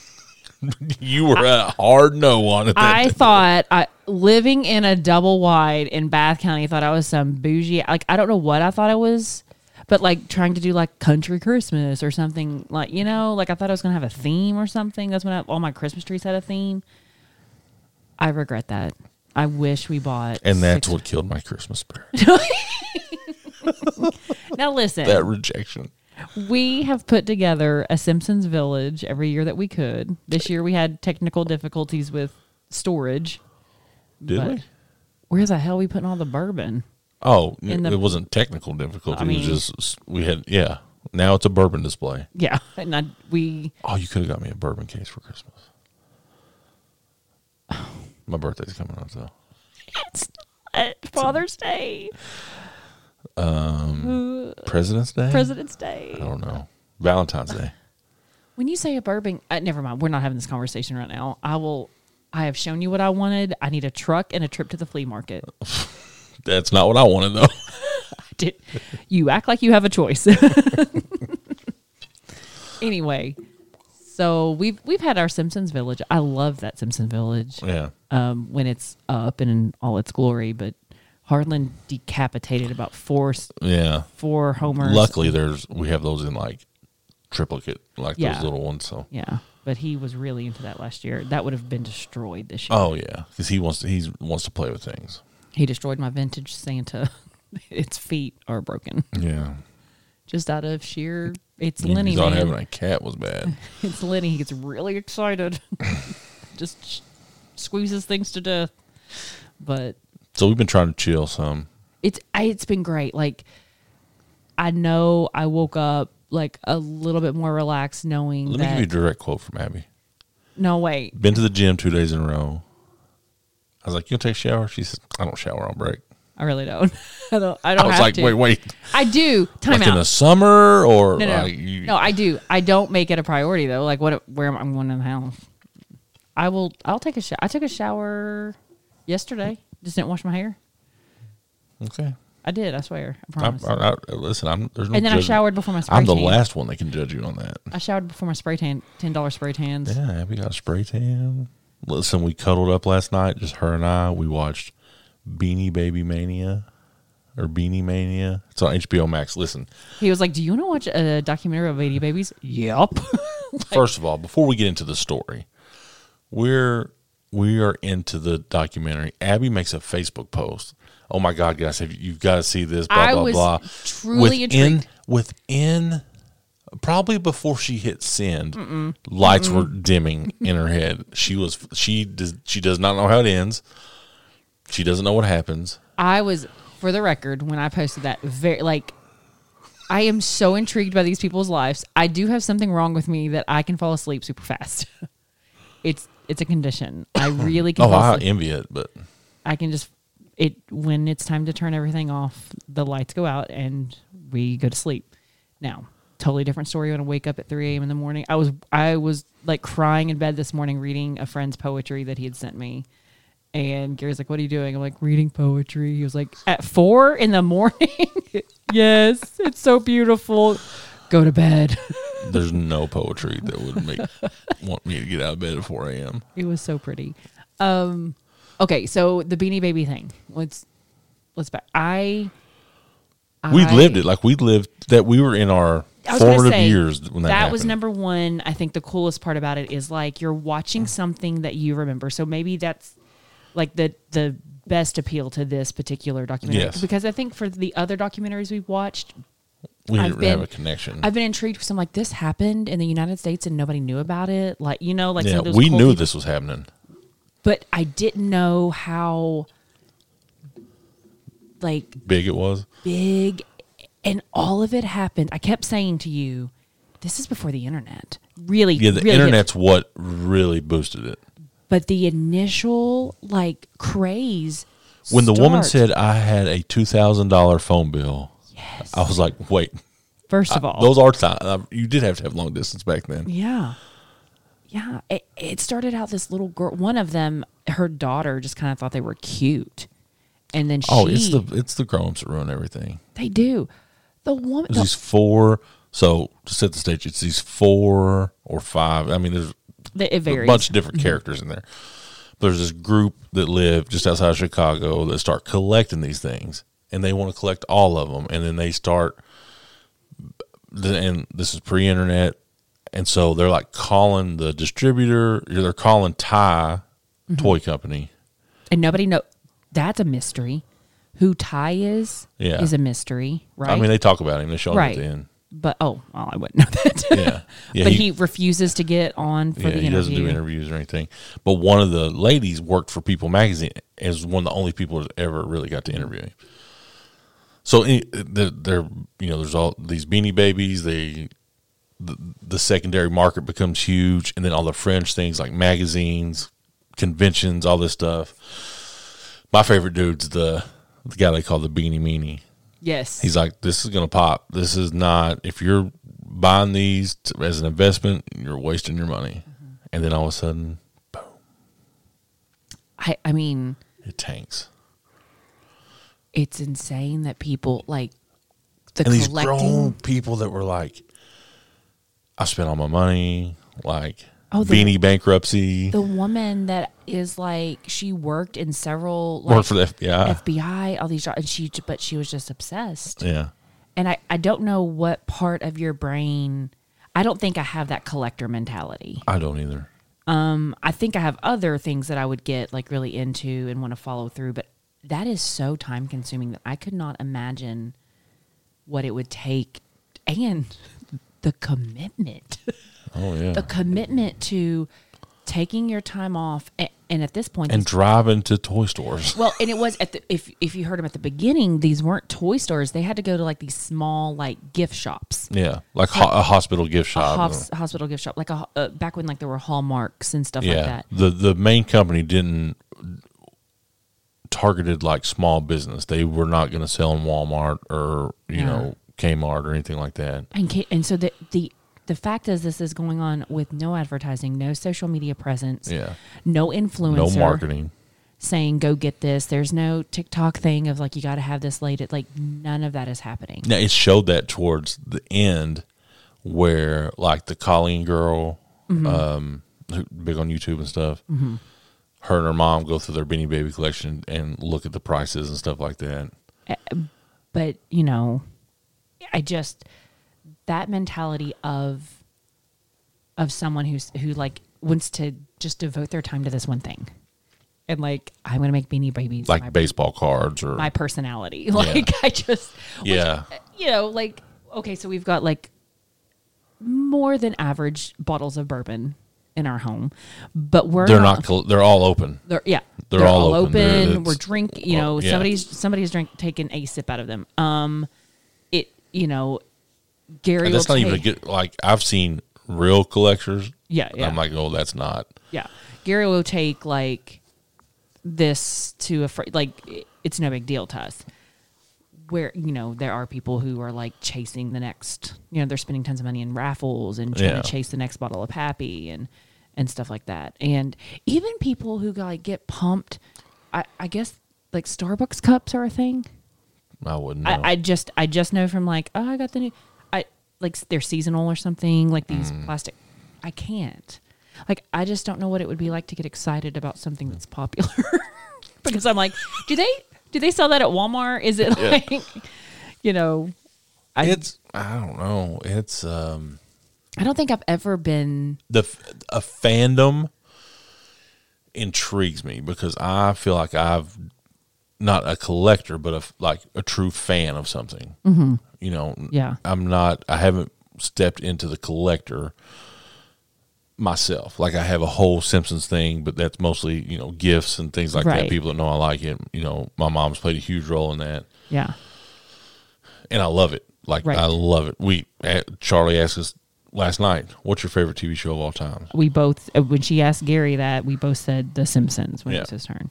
Speaker 1: you were a hard no on it. that
Speaker 2: I
Speaker 1: day.
Speaker 2: thought I, living in a double wide in Bath County, I thought I was some bougie. Like I don't know what I thought I was, but like trying to do like country Christmas or something. Like you know, like I thought I was gonna have a theme or something. That's when I, all my Christmas trees had a theme. I regret that. I wish we bought.
Speaker 1: and that's
Speaker 2: six-
Speaker 1: what killed my Christmas spirit.
Speaker 2: now listen.
Speaker 1: that rejection.
Speaker 2: We have put together a Simpsons Village every year that we could. This year we had technical difficulties with storage.
Speaker 1: Did
Speaker 2: But-
Speaker 1: we?
Speaker 2: Where the hell are we putting all the bourbon?
Speaker 1: Oh,
Speaker 2: in the-
Speaker 1: it wasn't technical difficulty.
Speaker 2: I
Speaker 1: it
Speaker 2: mean-
Speaker 1: was just we had yeah. Now it's a bourbon display.
Speaker 2: Yeah, and I, we
Speaker 1: Oh, you could have got me a bourbon case for Christmas. My birthday's coming up though.
Speaker 2: it's not Father's Day,
Speaker 1: President's Day.
Speaker 2: President's
Speaker 1: I
Speaker 2: Day.
Speaker 1: don't know. Valentine's Day.
Speaker 2: When you say a bourbon, uh, never mind. We're not having this conversation right now. I will. I have shown you what I wanted. I need a truck and a trip to the flea market.
Speaker 1: That's not what I wanted though.
Speaker 2: Did, you act like you have a choice. anyway, so we've we've had our Simpsons Village. I love that Simpsons Village.
Speaker 1: yeah.
Speaker 2: um, when it's up and in all its glory. But Harlan decapitated about four
Speaker 1: Yeah.
Speaker 2: four homers.
Speaker 1: Luckily there's we have those in like triplicate, like
Speaker 2: Yeah.
Speaker 1: those little ones. So
Speaker 2: yeah, but he was really into that last year. That would have been destroyed this year.
Speaker 1: Oh yeah. Because he wants to he wants to play with things.
Speaker 2: He destroyed my vintage Santa. its feet are broken
Speaker 1: Yeah.
Speaker 2: just out of sheer. It's
Speaker 1: He
Speaker 2: Lenny,
Speaker 1: thought
Speaker 2: man.
Speaker 1: having a cat was bad.
Speaker 2: It's Lenny. He gets really excited. just sh- squeezes things to death. But
Speaker 1: so we've been trying to chill some.
Speaker 2: it's I, it's been great. Like I know I woke up like a little bit more relaxed, knowing
Speaker 1: Let me
Speaker 2: that
Speaker 1: give you a direct quote from Abby.
Speaker 2: no wait,
Speaker 1: Been to the gym two days in a row. I was like, "You'll take a shower." She says, "I don't shower on break."
Speaker 2: I really don't. I don't. I
Speaker 1: I
Speaker 2: don't.
Speaker 1: was
Speaker 2: have
Speaker 1: like,
Speaker 2: to.
Speaker 1: "Wait, wait,
Speaker 2: I do. Time
Speaker 1: like in
Speaker 2: out.
Speaker 1: the summer or
Speaker 2: no, no,
Speaker 1: like,
Speaker 2: no.
Speaker 1: you,
Speaker 2: no. I do. I don't make it a priority though. Like what? Where am I I'm going in the house? I will. I'll take a shower. I took a shower yesterday. Just didn't wash my hair.
Speaker 1: okay."
Speaker 2: I did. I swear. I
Speaker 1: I,
Speaker 2: promise.
Speaker 1: I, I, listen, I'm there's no.
Speaker 2: and then I
Speaker 1: judgment.
Speaker 2: showered before my spray
Speaker 1: I'm the
Speaker 2: tan.
Speaker 1: last one that can judge you on that.
Speaker 2: I showered before my spray tan. Ten dollar spray tans.
Speaker 1: Yeah, Abby got a spray tan. Listen, we cuddled up last night, just her and I. We watched Beanie Baby Mania or Beanie Mania. It's on HBO Max. Listen,
Speaker 2: He was like, "Do you want to watch a documentary of baby babies?" Yep.
Speaker 1: first of all, before we get into the story, we're we are into the documentary. Abby makes a Facebook post. Oh my God, guys, have you, you've got to see this. Blah
Speaker 2: I
Speaker 1: blah
Speaker 2: was
Speaker 1: blah.
Speaker 2: truly
Speaker 1: within
Speaker 2: intrigued.
Speaker 1: within probably before she hit send, lights were dimming in her head. She was she does she does not know how it ends. She doesn't know what happens.
Speaker 2: I was, for the record, when I posted that, very like, I am so intrigued by these people's lives. I do have something wrong with me that I can fall asleep super fast. it's it's a condition. I really can.
Speaker 1: Oh,
Speaker 2: fall
Speaker 1: I
Speaker 2: asleep.
Speaker 1: envy it, but
Speaker 2: I can just it when it's time to turn everything off, the lights go out and we go to sleep. Now, totally different story when I wake up at three AM in the morning. I was I was like crying in bed this morning reading a friend's poetry that he had sent me. And Gary's like, What are you doing? I'm like, reading poetry. He was like, At four in the morning? yes, it's so beautiful. Go to bed.
Speaker 1: there's no poetry that would make want me to get out of bed at four a.m.
Speaker 2: It was so pretty. Um, okay, so the Beanie Baby thing. Let's let's back. I
Speaker 1: We
Speaker 2: I-
Speaker 1: lived it like we lived that we were in our
Speaker 2: I was gonna
Speaker 1: formative
Speaker 2: say,
Speaker 1: years when that,
Speaker 2: was
Speaker 1: happened.
Speaker 2: number one. I think the coolest part about it is like you're watching something that you remember. So maybe that's like the the best appeal to this particular documentary
Speaker 1: Yes.
Speaker 2: because I think for the other documentaries we've watched,
Speaker 1: we
Speaker 2: I've
Speaker 1: didn't really have
Speaker 2: been-
Speaker 1: a connection.
Speaker 2: I've been intrigued because I'm like this happened in the United States and nobody knew about it. Like you know, like some
Speaker 1: yeah,
Speaker 2: of those
Speaker 1: we
Speaker 2: cool
Speaker 1: knew
Speaker 2: people-
Speaker 1: this was happening.
Speaker 2: but I didn't know how like
Speaker 1: Big it was.
Speaker 2: big and all of it happened. I kept saying to you, this is before the internet. Really,
Speaker 1: Yeah, the
Speaker 2: really hit-
Speaker 1: internet's what really boosted it.
Speaker 2: but the initial like craze
Speaker 1: When the woman
Speaker 2: starts-
Speaker 1: said I had a two thousand dollar phone bill, I was like, wait,
Speaker 2: first of all
Speaker 1: those are time. You did have to have long distance back then.
Speaker 2: yeah yeah it, it started out this little girl one of them her daughter just kind of thought they were cute and then she
Speaker 1: Oh, it's the it's the grown ups that ruin everything.
Speaker 2: they do the woman
Speaker 1: It's
Speaker 2: the-
Speaker 1: these four. So to set the stage, it's these four or five. I mean, there's
Speaker 2: the- it
Speaker 1: a
Speaker 2: varies
Speaker 1: bunch of
Speaker 2: Mm-hmm.
Speaker 1: different characters in there. But there's this group that live just outside of Chicago that start collecting these things, and they want to collect all of them, and then they start. And this is pre-internet, and so they're like calling the distributor. or They're calling Ty
Speaker 2: Mm-hmm.
Speaker 1: Toy Company.
Speaker 2: and nobody know that's a mystery who ty is
Speaker 1: Yeah.
Speaker 2: is a mystery right
Speaker 1: I mean, they talk about him. They show him at
Speaker 2: right
Speaker 1: the end.
Speaker 2: but oh well, i wouldn't know that
Speaker 1: Yeah, yeah.
Speaker 2: but he, refuses to get on for
Speaker 1: yeah,
Speaker 2: the
Speaker 1: he
Speaker 2: interview
Speaker 1: doesn't do interviews or anything. But one of the ladies worked for People Magazine as one of the only people that ever really got
Speaker 2: Mm-hmm.
Speaker 1: to interview him. So eh, they're, they're you know there's all these Beanie Babies. They the, the secondary market becomes huge, and then all the fringe things like magazines, conventions, all this stuff. My favorite dude's the the guy they call the Beanie Meanie.
Speaker 2: yes
Speaker 1: He's like, this is going to pop. This is not, if you're buying these t- as an investment, you're wasting your money. And then all of a sudden,
Speaker 2: I, I mean,
Speaker 1: it tanks.
Speaker 2: it's insane that people like the
Speaker 1: And these grown
Speaker 2: collecting.
Speaker 1: people that were like, I spent all my money, like
Speaker 2: Oh, the-
Speaker 1: beanie bankruptcy,
Speaker 2: The woman that is like she worked in several like
Speaker 1: worked for the FBI.
Speaker 2: FBI, all these jobs, and she but she was just obsessed.
Speaker 1: yeah.
Speaker 2: And I I don't know what part of your brain. I don't think I have that collector mentality.
Speaker 1: I don't either.
Speaker 2: Um, I think I have other things that I would get like really into and want to follow through, but that is so time consuming that I could not imagine what it would take and the commitment.
Speaker 1: Oh, yeah.
Speaker 2: the commitment to taking your time off and, and at this point
Speaker 1: and
Speaker 2: these-
Speaker 1: driving to toy stores.
Speaker 2: well and it was at the if if you heard them at the beginning these weren't toy stores they had to go to like these small like gift shops
Speaker 1: Yeah. Like ho- a hospital gift
Speaker 2: a
Speaker 1: shop.
Speaker 2: hos- hospital gift shop like a ho- uh, back when like there were hallmarks and stuff like that
Speaker 1: The the main company didn't targeted like small business. They were not going to sell in Walmart or you
Speaker 2: Yeah.
Speaker 1: know Kmart or anything like that.
Speaker 2: and ca- and so the the the fact is this is going on with no advertising no social media presence
Speaker 1: Yeah.
Speaker 2: no influencer
Speaker 1: No marketing.
Speaker 2: saying go get this. There's no TikTok thing of like you got to have this late. It like none of that is happening.
Speaker 1: Now it showed that towards the end, where like the Colleen girl,
Speaker 2: Mm-hmm.
Speaker 1: um, who- big on YouTube and stuff. Her and her mom go through their Beanie Baby collection and look at the prices and stuff like that.
Speaker 2: But you know, I just that mentality of of someone who's who like wants to just devote their time to this one thing, and like I'm gonna make beanie babies
Speaker 1: Like
Speaker 2: my,
Speaker 1: baseball cards or
Speaker 2: my personality. Like I just
Speaker 1: yeah,
Speaker 2: uh, you know, like okay, so we've got like more than average bottles of bourbon in our home, but we're
Speaker 1: they're not. col they're all open.
Speaker 2: they're yeah,
Speaker 1: they're all open. They're- it's-
Speaker 2: We're drink. You know,
Speaker 1: oh, yeah.
Speaker 2: somebody's somebody's drink taking a sip out of them. Um, it you know, Gary.
Speaker 1: And that's
Speaker 2: will
Speaker 1: not even a
Speaker 2: take-
Speaker 1: good. Like I've seen real collectors.
Speaker 2: Yeah, yeah.
Speaker 1: I'm like, oh, that's not.
Speaker 2: Yeah, Gary will take like this to a fr- like it- it's no big deal to us. Where you know there are people who are like chasing the next, you know, they're spending tons of money in raffles and trying
Speaker 1: Yeah.
Speaker 2: to chase the next bottle of Pappy and and stuff like that. And even people who like get pumped, I, I guess like Starbucks cups are a thing.
Speaker 1: I wouldn't. know.
Speaker 2: I, I just I just know from like oh I got the new I like they're seasonal or something like these
Speaker 1: Mm.
Speaker 2: plastic I can't like I just don't know what it would be like to get excited about something that's popular because I'm like do they do they sell that at Walmart is it like you know I
Speaker 1: it's I don't know. It's um
Speaker 2: I don't think I've ever been
Speaker 1: the f- a fandom intrigues me because I feel like I've not a collector, but a f like a true fan of something. Mm-hmm. You know,
Speaker 2: Yeah.
Speaker 1: I'm not. I haven't stepped into the collector myself. Like I have a whole Simpsons thing, but that's mostly you know gifts and things like
Speaker 2: Right.
Speaker 1: that. People that know I like it. You know, my mom's played a huge role in that
Speaker 2: yeah
Speaker 1: and I love it. Like
Speaker 2: Right.
Speaker 1: I love it. We eh, Charlie asked us last night, "What's your favorite TV show of all time?"
Speaker 2: we both uh, when she asked Gary that we both said The Simpsons when
Speaker 1: Yeah.
Speaker 2: it was his turn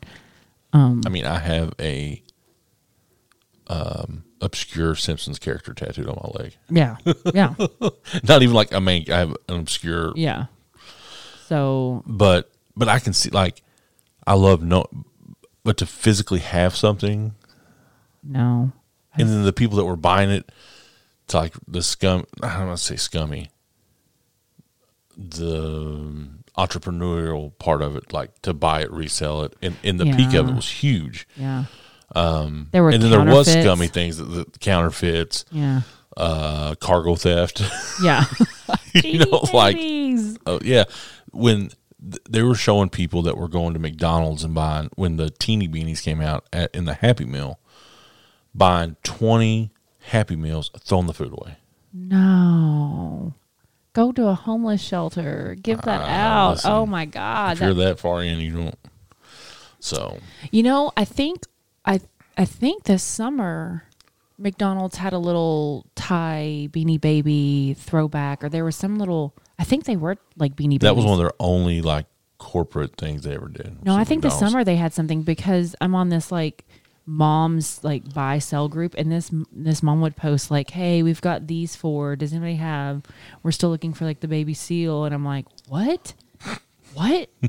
Speaker 1: I mean, I have a um, obscure Simpsons character tattooed on my leg.
Speaker 2: yeah yeah
Speaker 1: Not even like a main. I have an obscure,
Speaker 2: yeah so
Speaker 1: but but I can see like I love no, but to physically have something,
Speaker 2: no
Speaker 1: and then the people that were buying it, it's like the scum. I don't want to say scummy. The um, entrepreneurial part of it, like to buy it, resell it, and, and the peak of it
Speaker 2: Yeah.
Speaker 1: was huge.
Speaker 2: Yeah. Um, there were
Speaker 1: and then there was
Speaker 2: counterfeits.
Speaker 1: scummy things, the, the counterfeits,
Speaker 2: Yeah.
Speaker 1: uh, cargo theft.
Speaker 2: Yeah.
Speaker 1: you know, like
Speaker 2: Babies.
Speaker 1: oh yeah, when th- they were showing people that were going to McDonald's and buying when the teeny beanies came out at, in the Happy Meal, buying twenty Happy Meals, throwing the food away.
Speaker 2: no. Go to a homeless shelter. Give that out.
Speaker 1: Uh, listen,
Speaker 2: oh my god.
Speaker 1: if you're
Speaker 2: That,
Speaker 1: that far in, you don't. So
Speaker 2: you know, I think I I think this summer McDonald's had a little tie beanie baby throwback or there was some little I think they were like beanie babies.
Speaker 1: that was one of their only like corporate things they ever did.
Speaker 2: No,
Speaker 1: was
Speaker 2: I
Speaker 1: the
Speaker 2: think this
Speaker 1: McDonald's.
Speaker 2: summer they had something because I'm on this like mom's like buy sell group, and this this mom would post like, "Hey, we've got these four. Does anybody have? We're still looking for like the baby seal." And I'm like, "What? What?"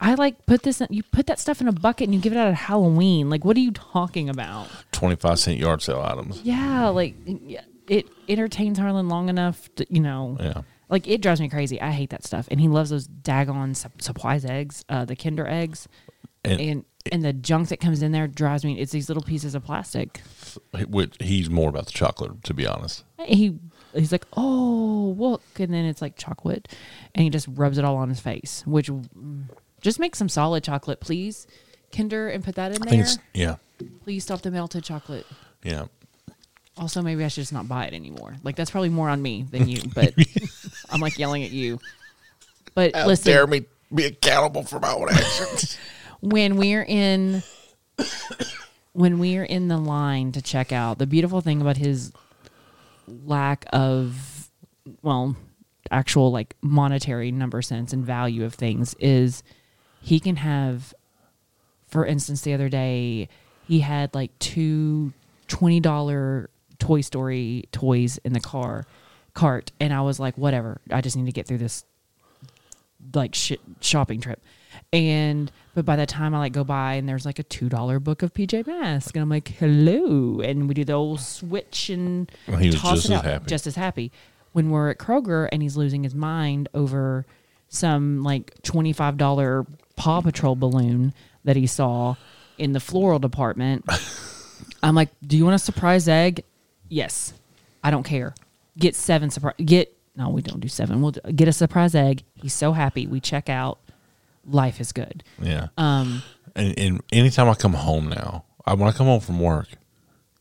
Speaker 2: I like put this. In, you put that stuff in a bucket and you give it out at Halloween. Like, what are you talking about?
Speaker 1: twenty-five cent yard sale items.
Speaker 2: Yeah, like y- it entertains Harlan long enough. To, you know.
Speaker 1: Yeah.
Speaker 2: Like it drives me crazy. I hate that stuff, and he loves those daggone sup- supplies eggs, uh, the Kinder eggs
Speaker 1: And,
Speaker 2: and and the junk that comes in there drives me. It's these little pieces of plastic.
Speaker 1: which he's more about the chocolate, to be honest.
Speaker 2: He he's like, oh look, and then it's like chocolate, and he just rubs it all on his face. Which mm, just make some solid chocolate, please, Kinder, and put that in
Speaker 1: I think
Speaker 2: there.
Speaker 1: it's yeah,
Speaker 2: Please stop the melted chocolate.
Speaker 1: yeah.
Speaker 2: Also, maybe I should just not buy it anymore. Like that's probably more on me than you, but I'm like yelling at you. But listen,
Speaker 1: me be accountable for my own actions.
Speaker 2: when we're in when we're in the line to check out the beautiful thing about his lack of well actual like monetary number sense and value of things is he can have for instance the other day he had like two $20 toy story toys in the car cart and i was like whatever i just need to get through this like sh- shopping trip. And but by the time I like go by and there's like a two dollar book of PJ Masks and I'm like hello and we do the old switch and
Speaker 1: Well, he was
Speaker 2: toss
Speaker 1: just
Speaker 2: it
Speaker 1: as
Speaker 2: out,
Speaker 1: happy.
Speaker 2: just as happy when we're at Kroger and he's losing his mind over some like twenty five dollar Paw Patrol balloon that he saw in the floral department. I'm like, do you want a surprise egg? Yes. I don't care. Get seven surprise. Get no, we don't do seven. We'll do, get a surprise egg. He's so happy. We check out. Life is good.
Speaker 1: Yeah.
Speaker 2: Um,
Speaker 1: and, and anytime I come home now, I, when I come home from work,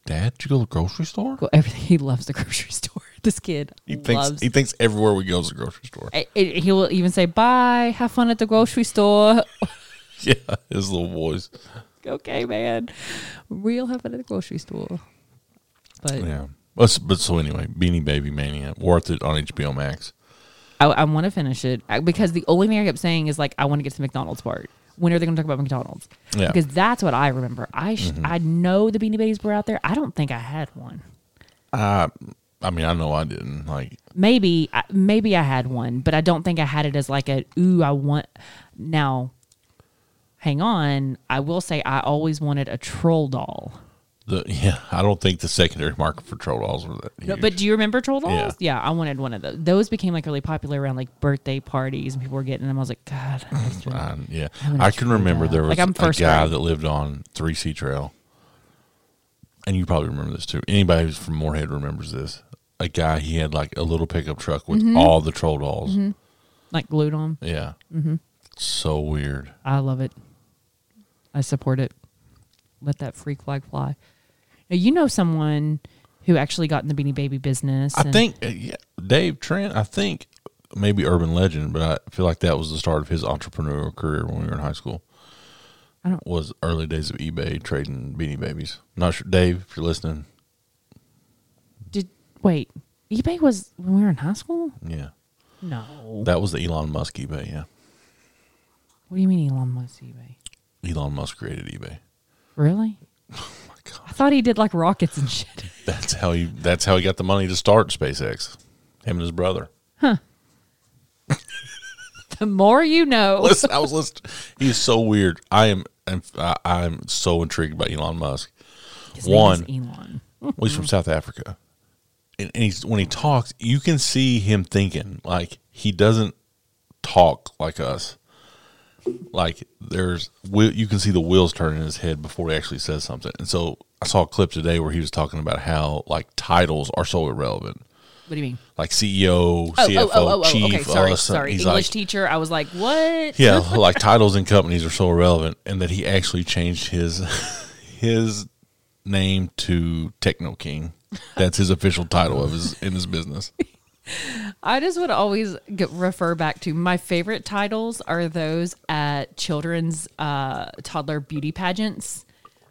Speaker 1: Dad, did you go to the grocery store?
Speaker 2: go everything. He loves the grocery store. This kid
Speaker 1: He thinks
Speaker 2: loves.
Speaker 1: he thinks everywhere we go is a grocery store.
Speaker 2: I- I- he will even say bye. Have fun at the grocery store.
Speaker 1: Yeah, his little voice.
Speaker 2: okay, man. Real have fun at the grocery store. But
Speaker 1: Yeah. But, s- but so anyway, Beanie Baby Mania, worth it on HBO Max.
Speaker 2: I, I want to finish it I- because the only thing I kept saying is like I want to get to the McDonald's part. When are they going to talk about McDonald's?
Speaker 1: Yeah. Mm-hmm.
Speaker 2: Because that's what I remember. I sh- I know the Beanie Babies were out there. I don't think I had one.
Speaker 1: I mean, I know I didn't like.
Speaker 2: Maybe I- maybe I had one, but I don't think I had it as like a ooh I want. Now, hang on. I will say I always wanted a troll doll.
Speaker 1: The, yeah, I don't think the secondary market for troll dolls were that.
Speaker 2: No,
Speaker 1: huge.
Speaker 2: but do you remember troll dolls?
Speaker 1: Yeah.
Speaker 2: I wanted one of those. Those became like really popular around like birthday parties and people were getting them. I was like, God, I just want
Speaker 1: Um, yeah,
Speaker 2: I'm
Speaker 1: I can
Speaker 2: intrigued
Speaker 1: remember
Speaker 2: now.
Speaker 1: there was
Speaker 2: Like, I'm
Speaker 1: a
Speaker 2: first
Speaker 1: guy
Speaker 2: grade.
Speaker 1: that lived on Three C Trail, and you probably remember this too. Anybody who's from Moorhead remembers this. A guy he had like a little pickup truck with
Speaker 2: Mm-hmm.
Speaker 1: all the troll dolls.
Speaker 2: like glued on.
Speaker 1: Yeah,
Speaker 2: Mm-hmm.
Speaker 1: so weird.
Speaker 2: I love it. I support it. Let that freak flag fly. Now, you know someone who actually got in the Beanie Baby business.
Speaker 1: I
Speaker 2: and-
Speaker 1: think uh, yeah, Dave Trent. I think maybe urban legend, but I feel like that was the start of his entrepreneurial career when we were in high school.
Speaker 2: I don't-
Speaker 1: was early days of eBay trading Beanie Babies. Not sure, Dave, if you're listening.
Speaker 2: Did wait? eBay was when we were in high school.
Speaker 1: Yeah,
Speaker 2: No.
Speaker 1: that was the Elon Musk eBay. Yeah.
Speaker 2: What do you mean Elon Musk eBay?
Speaker 1: Elon Musk created eBay. Oh
Speaker 2: Really?
Speaker 1: My
Speaker 2: I
Speaker 1: God,
Speaker 2: thought he did like rockets and shit.
Speaker 1: that's how he that's how he got the money to start SpaceX. Him and his brother.
Speaker 2: the more you know.
Speaker 1: Listen, I was listening. He's so weird. I am I'm, I- I'm so intrigued by Elon Musk.
Speaker 2: His name is
Speaker 1: One.
Speaker 2: Elon.
Speaker 1: Well, he's from South Africa, and, and he's when he talks, you can see him thinking. Like he doesn't talk like us. Like there's whe- you can see the wheels turning in his head before he actually says something. And so I saw a clip today where he was talking about how like titles are so irrelevant.
Speaker 2: What do you mean?
Speaker 1: like E CEO,
Speaker 2: Oh,
Speaker 1: CFO, chief,
Speaker 2: okay, sorry,
Speaker 1: us,
Speaker 2: sorry.
Speaker 1: he's
Speaker 2: English
Speaker 1: like,
Speaker 2: teacher. I was like, what?
Speaker 1: yeah, like titles and companies are so irrelevant, and that he actually changed his his name to Techno King. That's his official title of his in his business.
Speaker 2: I just would always get, refer back to my favorite titles are those at children's uh, toddler beauty pageants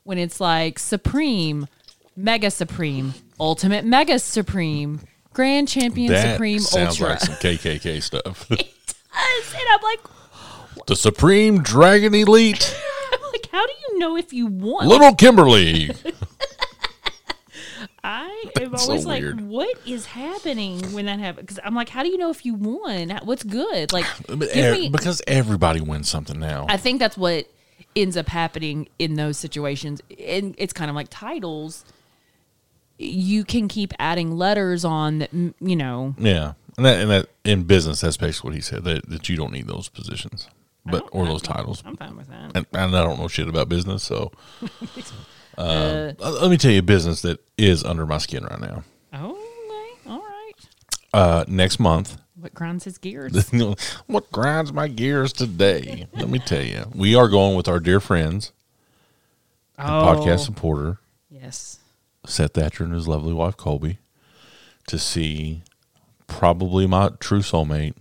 Speaker 2: when it's like Supreme, Mega Supreme, Ultimate Mega Supreme, Grand Champion
Speaker 1: that
Speaker 2: Supreme
Speaker 1: sounds
Speaker 2: Ultra.
Speaker 1: like some KKK stuff.
Speaker 2: it does, and I'm like,
Speaker 1: the Supreme Dragon Elite,
Speaker 2: I'm like, how do you know if you want?
Speaker 1: Little Kimberly.
Speaker 2: I am
Speaker 1: so
Speaker 2: always like,
Speaker 1: weird.
Speaker 2: what is happening when that happens? Because I'm like, how do you know if you won? What's good? Like,
Speaker 1: But
Speaker 2: give
Speaker 1: ev-
Speaker 2: me-
Speaker 1: because everybody wins something now.
Speaker 2: I think that's what ends up happening in those situations. And it's kind of like titles. You can keep adding letters on that, m- you know.
Speaker 1: yeah, and that, and that in business, that's basically what he said that that you don't need those positions, but or those titles.
Speaker 2: I'm fine with that.
Speaker 1: and, and I don't know shit about business, so uh, let me tell you a business that is under my skin right now.
Speaker 2: Oh, okay. All right.
Speaker 1: Uh, next month,
Speaker 2: What grinds his gears?
Speaker 1: what grinds my gears today? let me tell you, we are going with our dear friends
Speaker 2: oh,
Speaker 1: and podcast supporter
Speaker 2: Yes.
Speaker 1: Seth Thatcher and his lovely wife Colby to see probably my true soulmate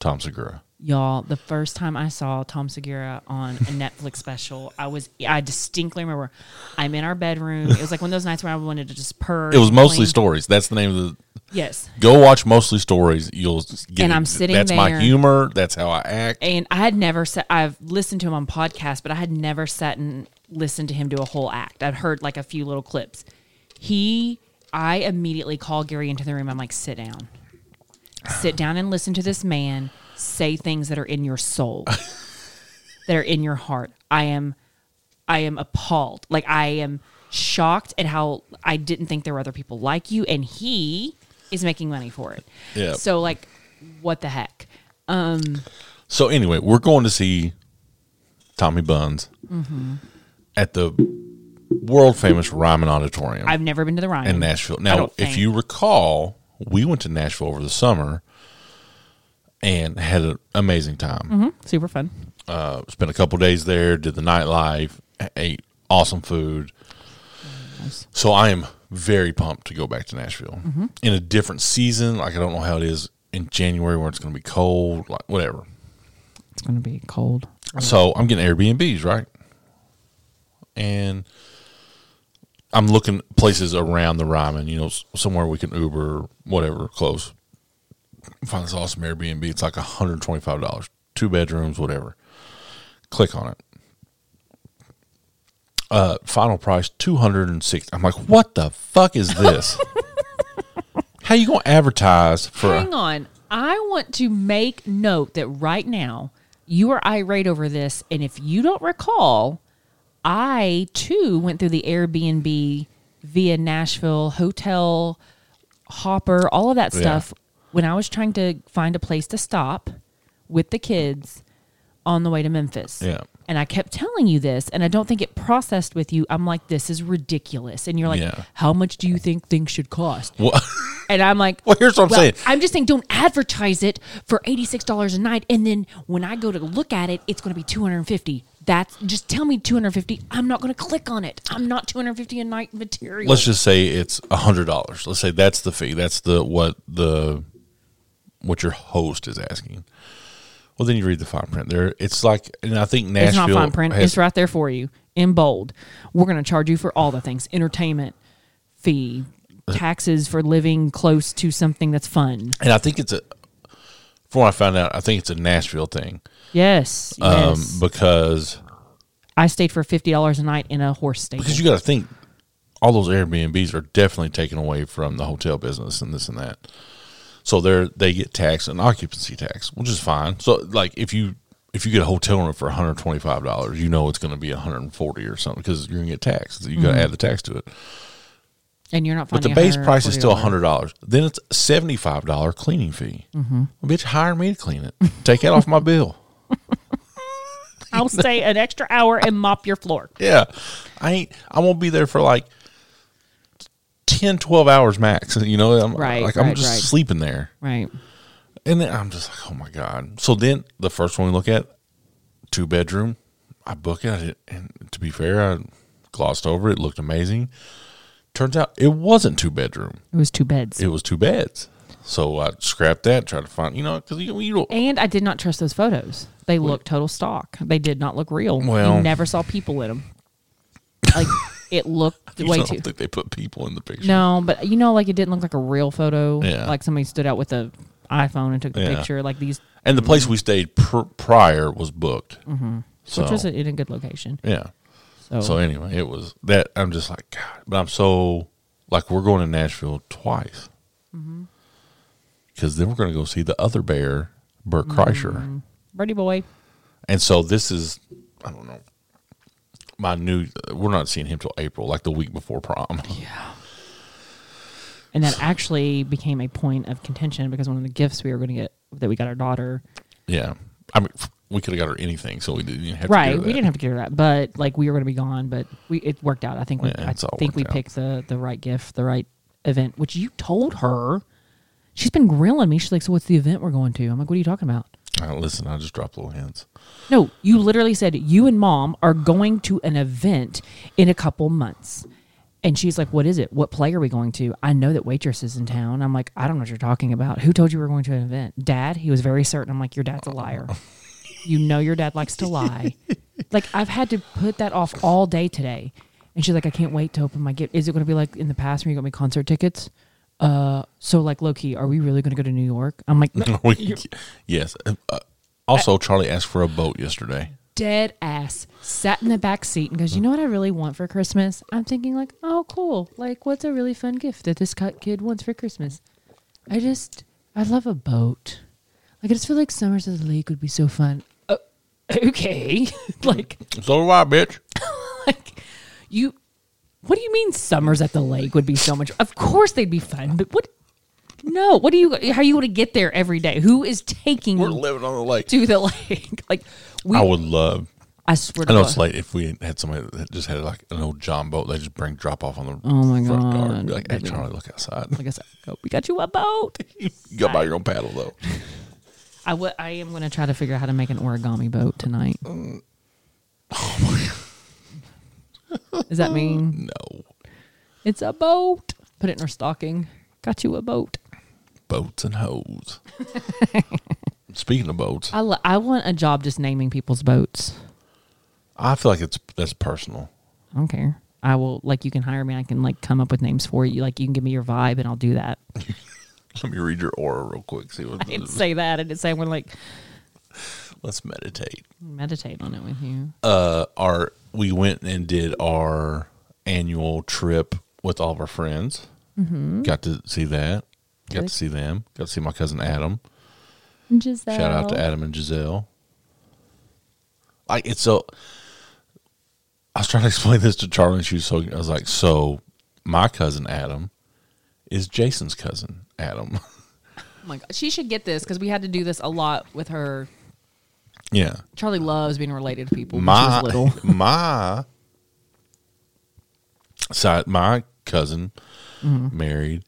Speaker 1: Tom Segura.
Speaker 2: Y'all, the first time I saw Tom Segura on a Netflix special, I was I distinctly remember I'm in our bedroom. It was like one of those nights where I wanted to just purr.
Speaker 1: It was
Speaker 2: and
Speaker 1: mostly
Speaker 2: clean.
Speaker 1: stories. That's the name of the.
Speaker 2: Yes.
Speaker 1: Go watch mostly stories. You'll get.
Speaker 2: And
Speaker 1: it.
Speaker 2: I'm sitting
Speaker 1: That's my
Speaker 2: there.
Speaker 1: humor. That's how I act.
Speaker 2: and I had never sat, I've listened to him on podcasts, but I had never sat and listened to him do a whole act. I'd heard like a few little clips. He, I immediately call Gary into the room. I'm like, sit down, sit down and listen to this man say things that are in your soul, that are in your heart. I am, I am appalled. Like I am shocked at how I didn't think there were other people like you, and he is making money for it.
Speaker 1: Yeah.
Speaker 2: So like, what the heck?
Speaker 1: So anyway, we're going to see Tommy Buns at the world famous Ryman Auditorium
Speaker 2: I've never been to the Rhine.
Speaker 1: in Nashville.
Speaker 2: I
Speaker 1: Now,
Speaker 2: don't
Speaker 1: if
Speaker 2: think.
Speaker 1: you recall, we went to Nashville over the summer and had an amazing time.
Speaker 2: super fun.
Speaker 1: Uh, spent a couple days there, did the nightlife, ate awesome food. So I am very pumped to go back to Nashville
Speaker 2: Mm-hmm.
Speaker 1: in a different season. Like I don't know how it is in January where it's going to be cold, like whatever.
Speaker 2: It's going to be cold.
Speaker 1: Mm. So I'm getting Airbnbs, right? And I'm looking places around the Ryman, you know, s- somewhere we can Uber, whatever, close. Find this awesome Airbnb. It's like $125, two bedrooms, whatever. Click on it. Uh, final price 206. I'm like, what the fuck is this? How you gonna advertise for?
Speaker 2: Hang on. I want to make note that right now you are irate over this. And if you don't recall, I too went through the Airbnb via Nashville hotel, hopper, all of that
Speaker 1: Yeah.
Speaker 2: stuff when I was trying to find a place to stop with the kids on the way to Memphis.
Speaker 1: Yeah.
Speaker 2: And I kept telling you this, and I don't think it processed with you. I'm like, this is ridiculous. And you're like,
Speaker 1: Yeah.
Speaker 2: how much do you think things should cost?
Speaker 1: Well,
Speaker 2: And I'm like,
Speaker 1: Well, here's what I'm saying.
Speaker 2: I'm just saying, don't advertise it for eighty six dollars a night, and then when I go to look at it, it's going to be two hundred and fifty. That's just tell me two hundred fifty. I'm not going to click on it. I'm not two hundred fifty a night material.
Speaker 1: let's just say it's a hundred dollars. Let's say that's the fee. That's the what the what your host is asking. Well, then you read the fine print there. It's like, and I think Nashville.
Speaker 2: it's not fine print.
Speaker 1: has-
Speaker 2: It's right there for you in bold. We're going to charge you for all the things: entertainment fee, taxes for living close to something that's fun.
Speaker 1: and I think it's a. From what I found out, I think it's a Nashville thing
Speaker 2: Yes,
Speaker 1: um,
Speaker 2: yes.
Speaker 1: because
Speaker 2: I stayed for fifty dollars a night in a horse stable.
Speaker 1: because you got to think all those Airbnbs are definitely taken away from the hotel business and this and that. So they're they get tax and occupancy tax, which is fine. So like if you if you get a hotel room for one hundred twenty five dollars, you know it's going to be one hundred forty or something because you're going to get taxed. You got to add the tax to it.
Speaker 2: and you're not.
Speaker 1: But the
Speaker 2: finding
Speaker 1: base price is still
Speaker 2: $140.
Speaker 1: hundred dollars. Then it's seventy five dollar cleaning fee. Well, bitch, hire me to clean it. Take that off my bill.
Speaker 2: I'll stay an extra hour and mop your floor.
Speaker 1: Yeah, I ain't. I won't be there for like 10, 12 hours max. You know, I'm,
Speaker 2: Right,
Speaker 1: Like I'm
Speaker 2: right,
Speaker 1: just
Speaker 2: right.
Speaker 1: sleeping there,
Speaker 2: Right.
Speaker 1: and then I'm just like, oh my god. So then the first one we look at, two bedroom. I book it, I did- and to be fair, I glossed over it. it looked amazing. Turns out it wasn't two bedroom.
Speaker 2: It was two beds.
Speaker 1: It was two beds. So I scrapped that. Tried to find, you know, because you, you don't.
Speaker 2: and I did not trust those photos. They looked total stock. They did not look real.
Speaker 1: Well-
Speaker 2: you never saw people in them. Like it looked
Speaker 1: You
Speaker 2: way
Speaker 1: don't
Speaker 2: too.
Speaker 1: think they put people in the picture.
Speaker 2: No, but you know, like it didn't look like a real photo.
Speaker 1: Yeah.
Speaker 2: Like somebody stood out with a iPhone and took the
Speaker 1: Yeah.
Speaker 2: picture. Like these,
Speaker 1: And the place we stayed pr- prior was booked. Mm-hmm. So
Speaker 2: which was in a good location.
Speaker 1: yeah.
Speaker 2: So,
Speaker 1: So anyway, it was that I'm just like God, but I'm so like we're going to Nashville twice
Speaker 2: Mm-hmm.
Speaker 1: because then we're going to go see the other bear, Bert
Speaker 2: Mm-hmm.
Speaker 1: Kreischer,
Speaker 2: Birdie Boy.
Speaker 1: and so this is I don't know my new. We're not seeing him till April, like the week before prom.
Speaker 2: And that actually became a point of contention because one of the gifts we were going to get that we got our daughter
Speaker 1: yeah, I mean we could have got her anything, so we didn't even have
Speaker 2: right
Speaker 1: To do
Speaker 2: we
Speaker 1: that.
Speaker 2: didn't have to get her that but like we were going to be gone but we it worked out i think we,
Speaker 1: Yeah,
Speaker 2: i
Speaker 1: it's all
Speaker 2: think we
Speaker 1: worked out.
Speaker 2: picked the the right gift the right event which you told her she's been grilling me she's like so what's the event we're going to i'm like what are you talking about
Speaker 1: Uh, listen, I just dropped little hints.
Speaker 2: no you literally said you and mom are going to an event in a couple months and she's like what is it what play are we going to i know that waitress is in town i'm like i don't know what you're talking about who told you we are going to an event dad he was very certain i'm like your dad's a liar you know your dad likes to lie. like I've had to put that off all day today. And she's like, I can't wait to open my gift. Is it going to be like in the past when you got me concert tickets? Uh, so like low key, are we really going to go to New York? I'm like
Speaker 1: We- yes. Uh, also, Charlie asked for a boat yesterday.
Speaker 2: dead ass. Sat in the back seat and goes, you know what I really want for Christmas? I'm thinking like, oh cool, like what's a really fun gift that this cut kid wants for Christmas? I just, I love a boat. Like I just feel like summers at the lake would be so fun. Uh, okay, like
Speaker 1: So do I, bitch.
Speaker 2: like you. What do you mean summers at the lake would be so much? Of course they'd be fun, but what? No, what do you? How you want to get there every day? Who is taking
Speaker 1: We're
Speaker 2: you
Speaker 1: living on the lake.
Speaker 2: to the lake? Like Mm. we,
Speaker 1: I
Speaker 2: I,
Speaker 1: would love.
Speaker 2: swear to
Speaker 1: I know
Speaker 2: God,
Speaker 1: it's late. If we had somebody that just had like an old John boat, they just bring drop off on the
Speaker 2: Oh my
Speaker 1: front door and
Speaker 2: God.
Speaker 1: be like, "Hey, Charlie, look outside.
Speaker 2: like I said, oh, we got you a boat.
Speaker 1: You got by your own paddle though."
Speaker 2: I wa- I am going to try to figure out how to make an origami boat tonight. Does that mean
Speaker 1: No
Speaker 2: it's a boat? Put it in her stocking. Got you a boat.
Speaker 1: boats and hoes. Speaking of boats,
Speaker 2: I, lo- I want a job just naming people's boats.
Speaker 1: I feel like it's that's personal.
Speaker 2: I don't care. I will like you can hire me. I can like come up with names for you. Like you can give me your vibe and I'll do that.
Speaker 1: Let me read your aura real quick. See what
Speaker 2: I didn't say that. I didn't say we're like
Speaker 1: Let's meditate.
Speaker 2: meditate on it with you.
Speaker 1: uh, our we went and did our annual trip with all of our friends. Got to see that. Got
Speaker 2: Mm-hmm.
Speaker 1: to
Speaker 2: Good.
Speaker 1: see them. Got to see my cousin Adam.
Speaker 2: Giselle.
Speaker 1: Shout out to Adam and Giselle. Like it's so. I was trying to explain this to Charlie, and she was so. I was like, so my cousin Adam is Jason's cousin Adam.
Speaker 2: Oh my God. She should get this because we had to do this a lot with her.
Speaker 1: yeah,
Speaker 2: Charlie loves being related to people. when she
Speaker 1: my
Speaker 2: was little.
Speaker 1: my side my cousin
Speaker 2: Mm-hmm.
Speaker 1: married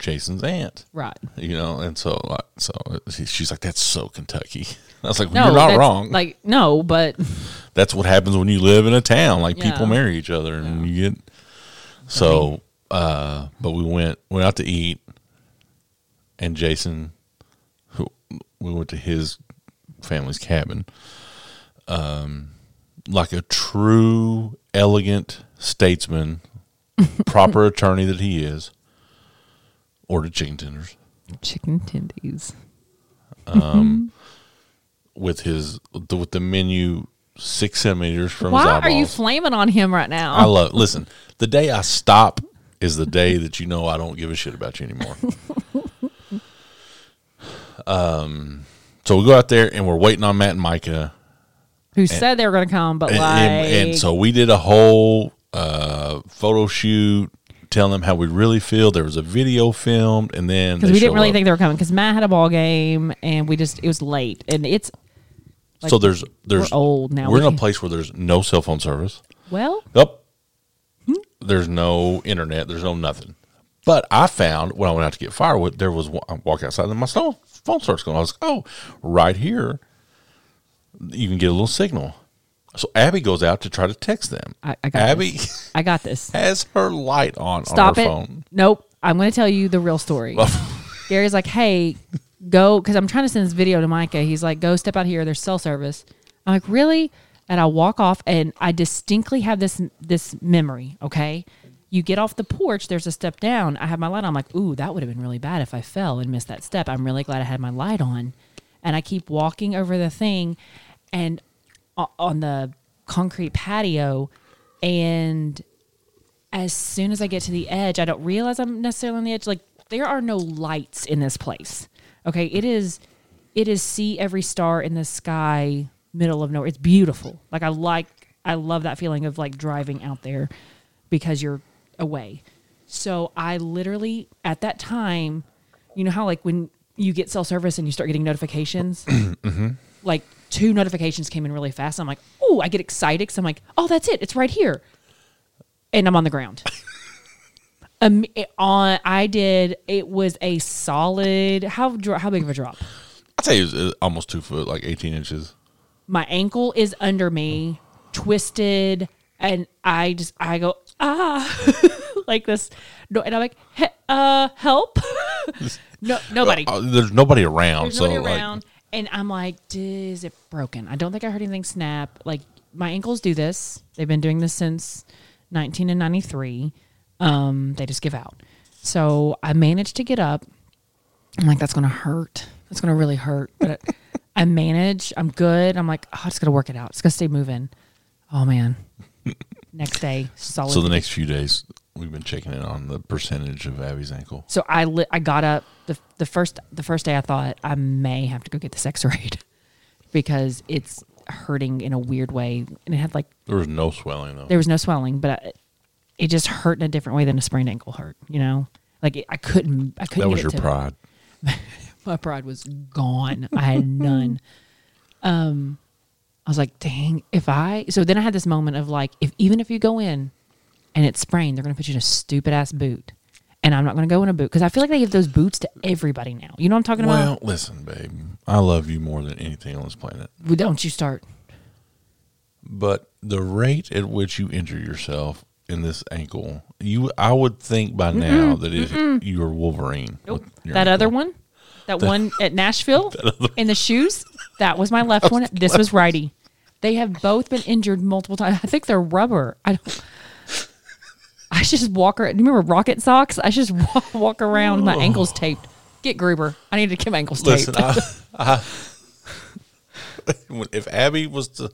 Speaker 1: Jason's aunt.
Speaker 2: Right.
Speaker 1: You know, and so like so she- she's like, "That's so Kentucky." I was like,
Speaker 2: No,
Speaker 1: "You're not
Speaker 2: that's-
Speaker 1: wrong. Like,
Speaker 2: Like no, but
Speaker 1: that's what happens when you live in a town. Like people
Speaker 2: Yeah.
Speaker 1: marry each other, and you get so." uh But we went went out to eat, and Jason, who we went to his family's cabin, um, like a true elegant statesman, proper attorney that he is, ordered chicken tenders.
Speaker 2: chicken tendies.
Speaker 1: with his the, with the menu six centimeters from
Speaker 2: Why
Speaker 1: his eyeballs.
Speaker 2: are you flaming on him right now?
Speaker 1: I love. Listen, the day I stop is the day that you know I don't give a shit about you anymore. um, Um, so we go out there and we're waiting on Matt and Micah,
Speaker 2: Who said they were going to come? But
Speaker 1: and,
Speaker 2: like,
Speaker 1: and- and so we did a whole uh, photo shoot. Telling them how we really feel. There was a video filmed, and then
Speaker 2: because
Speaker 1: they
Speaker 2: we didn't
Speaker 1: show
Speaker 2: really
Speaker 1: up.
Speaker 2: think they were coming because Matt had a ball game and we just it was late and it's like,
Speaker 1: so. There's there's
Speaker 2: old now.
Speaker 1: We're
Speaker 2: We
Speaker 1: in a
Speaker 2: can't-
Speaker 1: place where there's no cell phone service.
Speaker 2: well
Speaker 1: Nope.
Speaker 2: Hmm?
Speaker 1: There's no internet. There's no nothing. But I found when I went out to get firewood, there was one- I walk outside and my phone phone starts going. I was like, oh, right here, you can get a little signal. So Abby goes out to try to text them.
Speaker 2: I, I got
Speaker 1: Abby
Speaker 2: this. I got this.
Speaker 1: has her light on
Speaker 2: Stop
Speaker 1: on
Speaker 2: it.
Speaker 1: her phone. Oh.
Speaker 2: Nope. I'm going to tell you the real story. Gary's like, hey, go, because I'm trying to send this video to Micah. He's like, go step out here. There's cell service. I'm like, really? And I walk off, and I distinctly have this this memory. Okay, you get off the porch. There's a step down. I have my light on. I'm like, ooh, that would have been really bad if I fell and missed that step. I'm really glad I had my light on. And I keep walking over the thing, and o- on the concrete patio, and as soon as I get to the edge, I don't realize I'm necessarily on the edge. Like there are no lights in this place. Okay, it is it is see every star in the sky, middle of nowhere. It's beautiful. Like I like I love that feeling of like driving out there because you're away. So I literally at that time, you know how like when you get cell service and you start getting notifications, like two notifications came in really fast. I'm like, oh, I get excited because I'm like, oh, that's it, it's right here, and I'm on the ground. um, it- on I did. It was a solid. How dro- how big of a drop?
Speaker 1: I tell you, it was uh, almost two foot, like eighteen inches.
Speaker 2: My ankle is under me, twisted, and I just I go ah, like this, no, and I'm like, he- uh, help. no, nobody.
Speaker 1: Uh, there's nobody around.
Speaker 2: There's
Speaker 1: so
Speaker 2: nobody
Speaker 1: like,
Speaker 2: around, and I'm like, "D- is it broken? I don't think I heard anything snap. Like my ankles do this; they've been doing this since 19 and 93. Um, they just give out. So I managed to get up. I'm like, that's gonna hurt. That's gonna really hurt. But I, I manage. I'm good. I'm like, oh, it's gonna work it out. It's gonna stay moving. Oh man. Next day, solid.
Speaker 1: so the next few days, We've been checking in on the percentage of Abby's ankle.
Speaker 2: So I li- I got up the the first the first day I thought I may have to go get this x-rayed because it's hurting in a weird way and it had like
Speaker 1: There was no swelling though.
Speaker 2: there was no swelling but I, it just hurt in a different way than a sprained ankle hurt, you know? Like it, I couldn't I couldn't
Speaker 1: that was
Speaker 2: get it
Speaker 1: your
Speaker 2: to-
Speaker 1: pride.
Speaker 2: My pride was gone. I had none. Um I was like, "Dang, if I So then I had this moment of like if even if you go in and it's sprained, they're going to put you in a stupid ass boot. And I'm not going to go in a boot because I feel like they give those boots to everybody now. You know what I'm talking about?
Speaker 1: Well, listen, babe. I love you more than anything on this planet.
Speaker 2: Well, don't you start.
Speaker 1: But the rate at which you injure yourself in this ankle, you I would think by now that it, you're Wolverine. with your
Speaker 2: That other
Speaker 1: ankle.
Speaker 2: one, that one at Nashville in the shoes, that was my left one. This was righty. They have both been injured multiple times. I think they're rubber. I don't. I just walk around. Do you remember rocket socks? I just walk, walk around. My ankles taped. Get Gruber. I need to get my ankles taped.
Speaker 1: Listen, I, I, if Abby was to,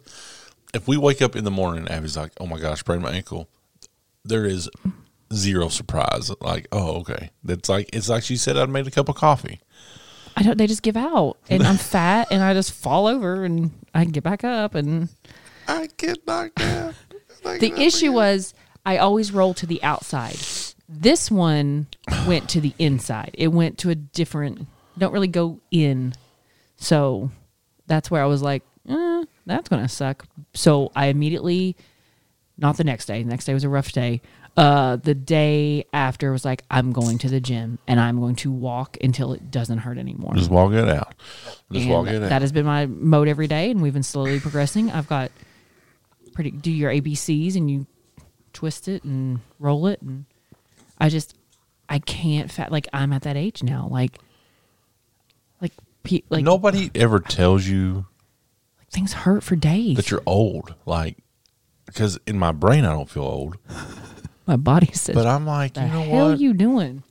Speaker 1: if we wake up in the morning, and Abby's like, "Oh my gosh, sprained my ankle," there is zero surprise. Like, oh okay, that's like it's like she said I'd made a cup of coffee.
Speaker 2: I don't. They just give out, and I'm fat, and I just fall over, and I get back up, and
Speaker 1: I get knocked down.
Speaker 2: the issue was I always roll to the outside. This one went to the inside. It went to a different. Don't really go in, so that's where I was like, eh, "That's gonna suck." So I immediately, not the next day. The next day was a rough day. Uh, the day after was like, "I'm going to the gym and I'm going to walk until it doesn't hurt anymore."
Speaker 1: Just walk it out. Just
Speaker 2: And
Speaker 1: walk it
Speaker 2: That
Speaker 1: out.
Speaker 2: has been my mode every day, and we've been slowly progressing. I've got pretty do your ABCs and you twist it and roll it, and I just I can't fat like I'm at that age now. Like, like pe- like
Speaker 1: Nobody ever tells you
Speaker 2: things hurt for days.
Speaker 1: that you're old, like because in my brain I don't feel old,
Speaker 2: my body says,
Speaker 1: but I'm like,
Speaker 2: "The
Speaker 1: you know
Speaker 2: hell
Speaker 1: what?
Speaker 2: you doing?"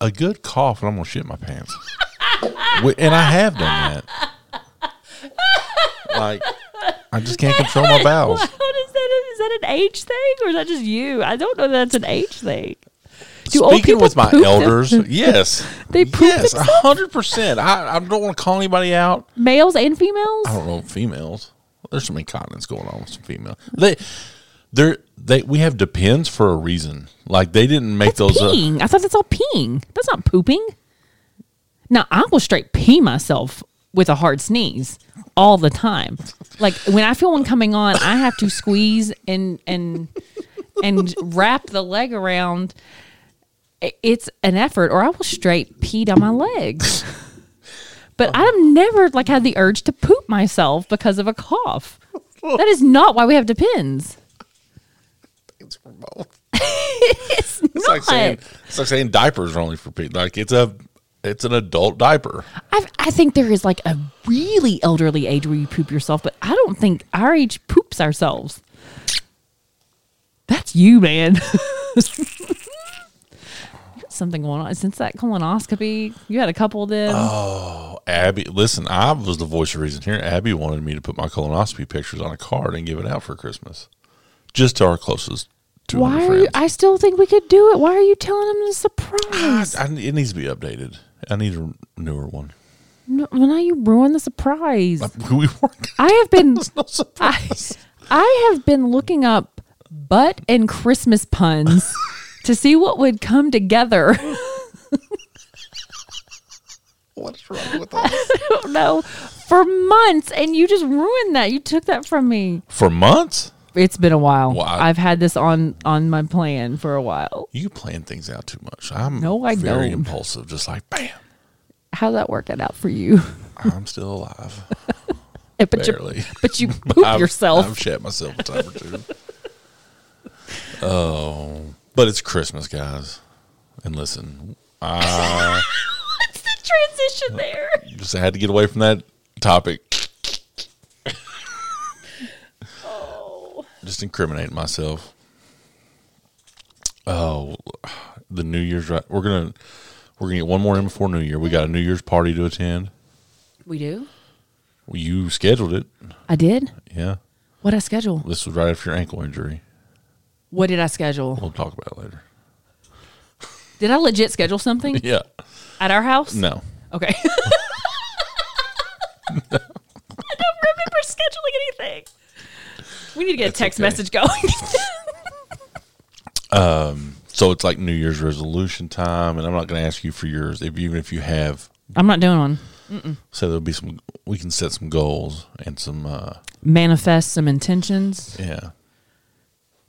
Speaker 1: a good cough and I'm gonna shit my pants. Wi- and I have done that. Like I just can't control my bowels.
Speaker 2: What is that? Is that an age thing, or is that just you? I don't know. That's an age thing. Do old
Speaker 1: Speaking
Speaker 2: people
Speaker 1: with my
Speaker 2: poop them-
Speaker 1: elders, yes,
Speaker 2: They poop
Speaker 1: yes,
Speaker 2: themselves?
Speaker 1: hundred percent. I, I don't want to call anybody out.
Speaker 2: Males and females.
Speaker 1: I don't know females. There's some incontinence going on with some female. They, they're they. We have depends for a reason. Like they didn't make
Speaker 2: That's
Speaker 1: those uh, up.
Speaker 2: peeing. I thought that's all peeing. That's not pooping. Now I will straight pee myself with a hard sneeze all the time. Like when I feel one coming on, I have to squeeze and and and wrap the leg around. I- It's an effort, or I will straight pee down my legs. But I've never like had the urge to poop myself because of a cough. That is not why we have depends.
Speaker 1: It's for both.
Speaker 2: It's,
Speaker 1: It's
Speaker 2: not.
Speaker 1: like saying it's like saying diapers are only for people. Like it's a it's an adult diaper.
Speaker 2: i I think there is like a really elderly age where you poop yourself, but I don't think our age poops ourselves. That's you, man. You got Something going on since that colonoscopy. You had a couple of them.
Speaker 1: Abby, listen, I was the voice of reason here. Abby wanted me to put my colonoscopy pictures on a card and give it out for Christmas, just to our closest two
Speaker 2: Why
Speaker 1: hundred
Speaker 2: are you?
Speaker 1: friends.
Speaker 2: I still think we could do it. Why are you telling them the
Speaker 1: I,
Speaker 2: surprise?
Speaker 1: I- it needs to be updated. I need a newer one.
Speaker 2: No, well, now you ruined the surprise.
Speaker 1: We weren't.
Speaker 2: I have been.
Speaker 1: There's no
Speaker 2: I,
Speaker 1: surprise.
Speaker 2: I have been looking up butt and Christmas puns to see what would come together.
Speaker 1: What's wrong with us?
Speaker 2: don't know for months and you just ruined that you took that from me
Speaker 1: For months,
Speaker 2: it's been a while
Speaker 1: Well, I-
Speaker 2: i've had this on on my plan for a while
Speaker 1: you plan things out too much. I'm
Speaker 2: No, I
Speaker 1: very
Speaker 2: don't.
Speaker 1: impulsive. Just like bam,
Speaker 2: how's that working out for you
Speaker 1: I'm still alive.
Speaker 2: but you
Speaker 1: Barely.
Speaker 2: but you poop
Speaker 1: I've-
Speaker 2: yourself
Speaker 1: I've shat myself a time or two. oh, but it's Christmas, guys, and listen,
Speaker 2: what's the transition there
Speaker 1: just had to get away from that topic.
Speaker 2: Oh.
Speaker 1: Just incriminate myself. Oh, the New Year's right. We're gonna we're gonna get one more in before New Year. We got a New Year's party to attend.
Speaker 2: we do
Speaker 1: Well, you scheduled it.
Speaker 2: i did
Speaker 1: Yeah,
Speaker 2: what i schedule
Speaker 1: this was right after your ankle injury.
Speaker 2: What did I schedule?
Speaker 1: We'll talk about it later.
Speaker 2: Did I legit schedule something
Speaker 1: Yeah.
Speaker 2: at our house?
Speaker 1: No.
Speaker 2: Okay. I don't remember scheduling anything. We need to get a text
Speaker 1: okay.
Speaker 2: message going.
Speaker 1: So it's like New Year's resolution time, and I'm not going to ask you for yours. If even if you have,
Speaker 2: I'm not doing one.
Speaker 1: so there'll be some. We can set some goals and some. uh
Speaker 2: Manifest some intentions.
Speaker 1: Yeah.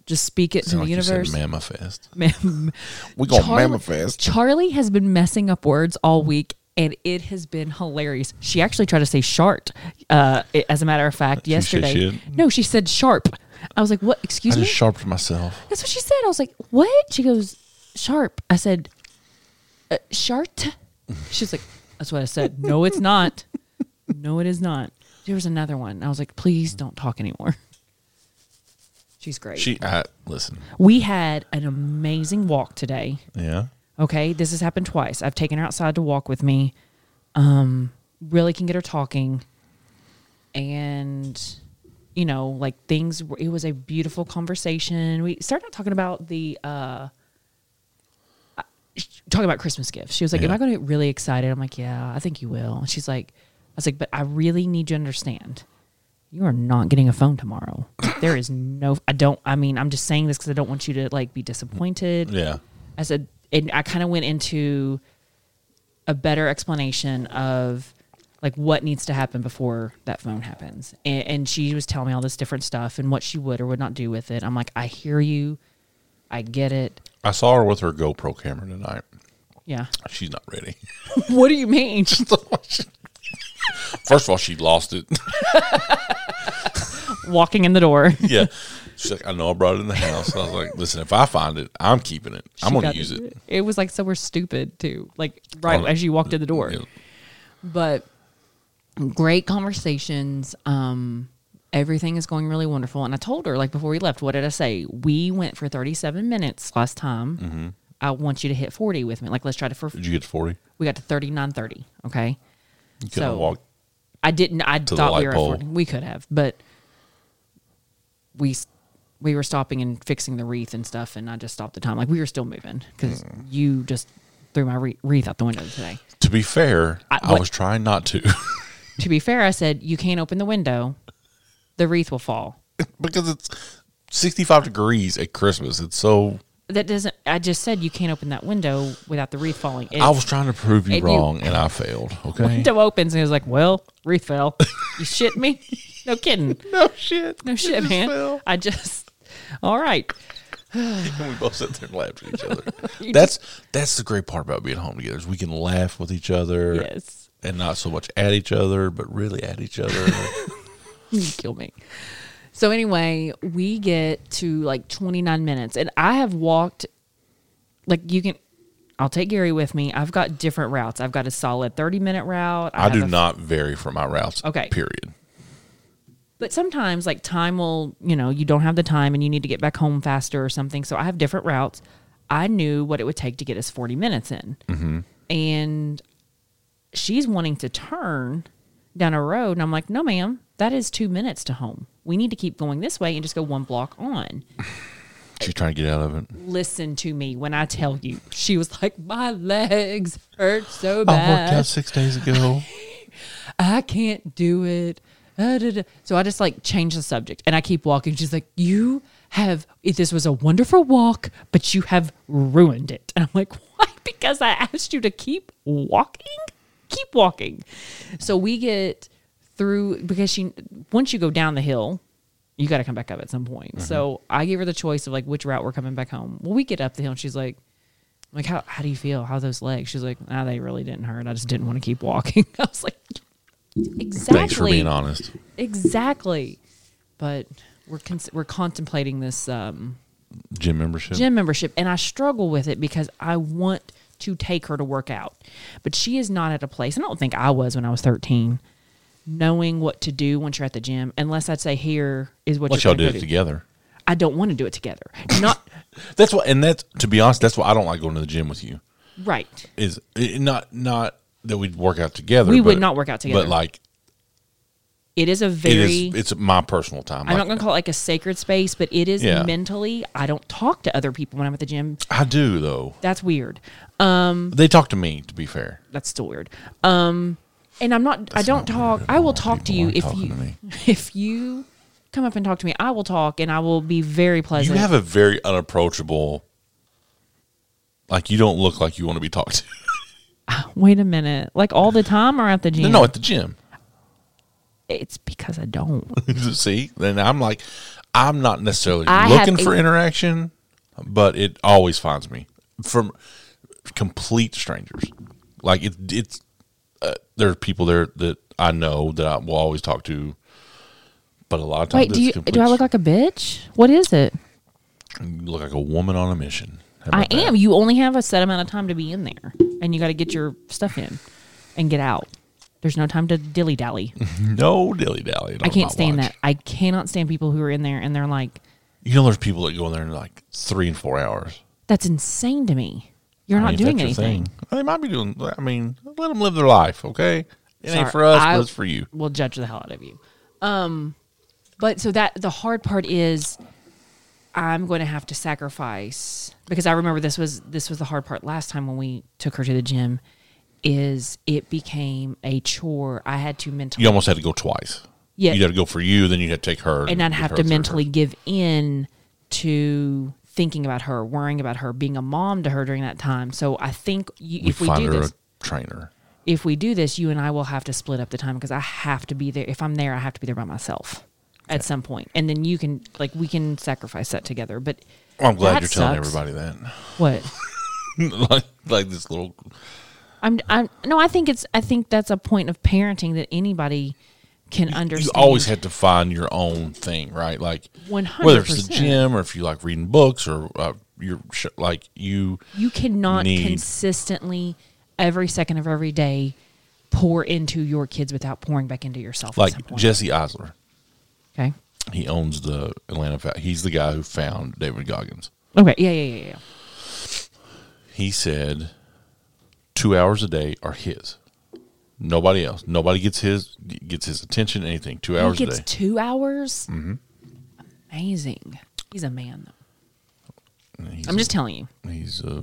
Speaker 2: Just speak it to
Speaker 1: Sound
Speaker 2: the
Speaker 1: like You
Speaker 2: universe.
Speaker 1: said manifest.
Speaker 2: Man-
Speaker 1: We gonna
Speaker 2: Charlie-
Speaker 1: manifest.
Speaker 2: Charlie has been messing up words all week, and it has been hilarious. She actually tried to say "shart." Uh, i- as a matter of fact,
Speaker 1: Did she say
Speaker 2: yesterday,
Speaker 1: shit?
Speaker 2: no, she said "sharp." I was like, "What? Excuse
Speaker 1: I
Speaker 2: me?"
Speaker 1: just sharpened myself.
Speaker 2: That's what she said. I was like, "What?" She goes, "Sharp." I said, uh, "Shart." She's like, "That's what I said." No, it's not. No, it is not. There was another one. I was like, "Please don't talk anymore." She's great.
Speaker 1: She. I listen.
Speaker 2: we had an amazing walk today.
Speaker 1: Yeah.
Speaker 2: Okay, this has happened twice. I've taken her outside to walk with me. Um, really can get her talking, and you know, like things. were- It was a beautiful conversation. We started talking about the uh, I- sh- talking about Christmas gifts. She was like, "Am
Speaker 1: Yeah.
Speaker 2: I going to get really excited?" I'm like, "Yeah, I think you will." And she's like, "I was like, but I really need you to understand." You are not getting a phone tomorrow. There is no. I don't. I mean, I'm just saying this because I don't want you to like be disappointed.
Speaker 1: Yeah.
Speaker 2: I said, and I kind of went into a better explanation of like what needs to happen before that phone happens. And, and she was telling me all this different stuff and what she would or would not do with it. I'm like, I hear you. I get it.
Speaker 1: I saw her with her GoPro camera tonight.
Speaker 2: Yeah.
Speaker 1: She's not ready.
Speaker 2: what do you mean?
Speaker 1: First of all, she lost it.
Speaker 2: Walking in the door.
Speaker 1: yeah. She's like, I know I brought it in the house. And I was like, listen, if I find it, I'm keeping it. I'm
Speaker 2: She
Speaker 1: going
Speaker 2: got
Speaker 1: to use it.
Speaker 2: It was like somewhere stupid too, like right
Speaker 1: Oh,
Speaker 2: as you walked in the door.
Speaker 1: yeah.
Speaker 2: But great conversations. Um, everything is going really wonderful. And I told her like before we left, what did I say? We went for thirty-seven minutes last time.
Speaker 1: Mm-hmm.
Speaker 2: I want you to hit forty with me. Like let's try to for.
Speaker 1: Did you get to 40?
Speaker 2: We got to thirty-nine thirty. Okay.
Speaker 1: You couldn't
Speaker 2: So-
Speaker 1: walk.
Speaker 2: I didn't. I
Speaker 1: the
Speaker 2: thought
Speaker 1: light
Speaker 2: we were
Speaker 1: pole.
Speaker 2: affording. We could have, but we s- we were stopping and fixing the wreath and stuff, and I just stopped the time. Like we were still moving because
Speaker 1: Mm.
Speaker 2: you just threw my wre- wreath out the window today.
Speaker 1: To be fair, I,
Speaker 2: I- what-
Speaker 1: was trying not to
Speaker 2: to be fair, I said you can't open the window; the wreath will fall.
Speaker 1: because it's 65 degrees at Christmas. It's so.
Speaker 2: That doesn't. I just said you can't open that window without the wreath falling. And
Speaker 1: I was trying to prove you
Speaker 2: and you-
Speaker 1: wrong and I failed. Okay.
Speaker 2: window opens and it was like, "Well, wreath fell." You shit me? No kidding.
Speaker 1: No shit.
Speaker 2: No shit,
Speaker 1: just
Speaker 2: man.
Speaker 1: fell.
Speaker 2: I just. All right.
Speaker 1: And we both sat there and laughed at each other. that's that's the great part about being home together is we can laugh with each other
Speaker 2: Yes.
Speaker 1: and not so much at each other, but really at each other.
Speaker 2: You kill me. So anyway, we get to like 29 minutes, and I have walked. Like you can, I'll take Gary with me. I've got different routes. I've got a solid 30 minute route.
Speaker 1: I
Speaker 2: have
Speaker 1: do
Speaker 2: a-
Speaker 1: not vary from my routes.
Speaker 2: Okay.
Speaker 1: Period.
Speaker 2: But sometimes, like time will, you know, you don't have the time, and you need to get back home faster or something. So I have different routes. I knew what it would take to get us 40 minutes in, and she's wanting to turn down a road. And I'm like, no, ma'am, that is two minutes to home. We need to keep going this way and just go one block on.
Speaker 1: She's trying to get out of it.
Speaker 2: Listen to me when I tell you. She was like, my legs hurt so
Speaker 1: I worked
Speaker 2: bad.
Speaker 1: out six days ago.
Speaker 2: I can't do it. Uh, da, da. So I just like change the subject and I keep walking. She's like, You have, if this was a wonderful walk, but you have ruined it. And I'm like, Why? Because I asked you to keep walking? Keep walking. So we get through because she, once you go down the hill, you got to come back up at some point. So I gave her the choice of like which route we're coming back home. Well, we get up the hill and she's like, I'm like, how, how do you feel? How are those legs? She's like, ah, they really didn't hurt. I just didn't want to keep walking. I was like, exactly.
Speaker 1: Thanks for being honest.
Speaker 2: Exactly. But we're cons- we're contemplating this um,
Speaker 1: Gym membership.
Speaker 2: gym membership, and I struggle with it because I want to take her to work out, but she is not at a place. and I don't think I was when I was thirteen, knowing what to do once you're at the gym. Unless I'd say, here is what
Speaker 1: What
Speaker 2: you're
Speaker 1: y'all
Speaker 2: gonna
Speaker 1: did
Speaker 2: go
Speaker 1: it
Speaker 2: do.
Speaker 1: together.
Speaker 2: I don't want to do it together. Not
Speaker 1: That's what, and that's to be honest, that's why I don't like going to the gym with you.
Speaker 2: right.
Speaker 1: Is it, not not that we'd work out together.
Speaker 2: We
Speaker 1: but-
Speaker 2: would not work out together.
Speaker 1: But like,
Speaker 2: It is a
Speaker 1: It
Speaker 2: very
Speaker 1: is. It's my personal time.
Speaker 2: I'm
Speaker 1: Like,
Speaker 2: not going to call it like a sacred space, but it is
Speaker 1: Yeah.
Speaker 2: mentally. I don't talk to other people when I'm at the gym.
Speaker 1: I do though.
Speaker 2: That's weird. Um,
Speaker 1: They talk to me. To be fair,
Speaker 2: that's still weird. Um, and I'm not. I don't talk. I will talk to
Speaker 1: people
Speaker 2: you
Speaker 1: like
Speaker 2: if
Speaker 1: talking
Speaker 2: you
Speaker 1: to me.
Speaker 2: if you come up and talk to me. I will talk, and I will be very
Speaker 1: you
Speaker 2: pleasant.
Speaker 1: have a very unapproachable. Like you don't look like you want to be talked to.
Speaker 2: Wait a minute, like all the time or at the
Speaker 1: No,
Speaker 2: gym?
Speaker 1: No, at the gym.
Speaker 2: it's because I don't.
Speaker 1: See, then I'm like, I'm not necessarily
Speaker 2: I have
Speaker 1: looking
Speaker 2: a-
Speaker 1: for interaction, but it always finds me from complete strangers. Like it, it's uh, there are people there that I know that I will always talk to, but a lot of times,
Speaker 2: Wait,
Speaker 1: it's
Speaker 2: do you
Speaker 1: complete
Speaker 2: do I look like a bitch? What is it?
Speaker 1: You look like a woman on a mission? How
Speaker 2: I
Speaker 1: about that?
Speaker 2: am. You only have a set amount of time to be in there, and you got to get your stuff in and get out. There's no time to dilly dally.
Speaker 1: No dilly dally.
Speaker 2: I can't stand that. I cannot stand people who are in there and they're like,
Speaker 1: You know, there's people that go in there in like three and four hours.
Speaker 2: "That's insane to me. You're
Speaker 1: I
Speaker 2: not
Speaker 1: mean, if
Speaker 2: doing
Speaker 1: that's your
Speaker 2: anything."
Speaker 1: thing. They might be doing. I mean, let them live their life. Okay, it
Speaker 2: Sorry,
Speaker 1: ain't for us,
Speaker 2: I-
Speaker 1: but it's for you.
Speaker 2: We'll judge the hell out of you. Um, but so that the hard part is, I'm going to have to sacrifice because I remember this was this was the hard part last time when we took her to the gym. Is it became a chore? I had to mentally
Speaker 1: you almost had to go twice.
Speaker 2: Yeah.
Speaker 1: you had to go for you, then you had to take her,
Speaker 2: and I'd
Speaker 1: give
Speaker 2: have
Speaker 1: her
Speaker 2: to
Speaker 1: third
Speaker 2: mentally give in to thinking about her, worrying about her, being a mom to her during that time. So I think you,
Speaker 1: person.
Speaker 2: if we
Speaker 1: find
Speaker 2: do
Speaker 1: her
Speaker 2: this,
Speaker 1: a trainer.
Speaker 2: if we do this, you and I will have to split up the time because I have to be there. If I'm there, I have to be there by myself at some point, and then you can like we can sacrifice that together. But
Speaker 1: Well, I'm glad
Speaker 2: that
Speaker 1: you're telling
Speaker 2: sucks.
Speaker 1: everybody that.
Speaker 2: what.
Speaker 1: like, like this little.
Speaker 2: I'm, I'm no, I think it's I think that's a point of parenting that anybody can understand.
Speaker 1: You always had to find your own thing, right? Like whether it's the
Speaker 2: 100%.
Speaker 1: gym or if you like reading books or uh, you're sh- like you.
Speaker 2: You cannot
Speaker 1: need.
Speaker 2: consistently every second of every day pour into your kids without pouring back into yourself. at some
Speaker 1: Like
Speaker 2: point.
Speaker 1: Jesse Eisler,
Speaker 2: okay,
Speaker 1: he owns the Atlanta. Fa- He's the guy who found David Goggins.
Speaker 2: okay, yeah, yeah, yeah, yeah.
Speaker 1: he said two hours a day are his. Nobody else. Nobody gets his gets his attention. Anything. Two hours
Speaker 2: he
Speaker 1: a
Speaker 2: gets
Speaker 1: day.
Speaker 2: two hours. Mm-hmm. Amazing. He's a man, though.
Speaker 1: he's
Speaker 2: I'm just telling you,
Speaker 1: He's uh,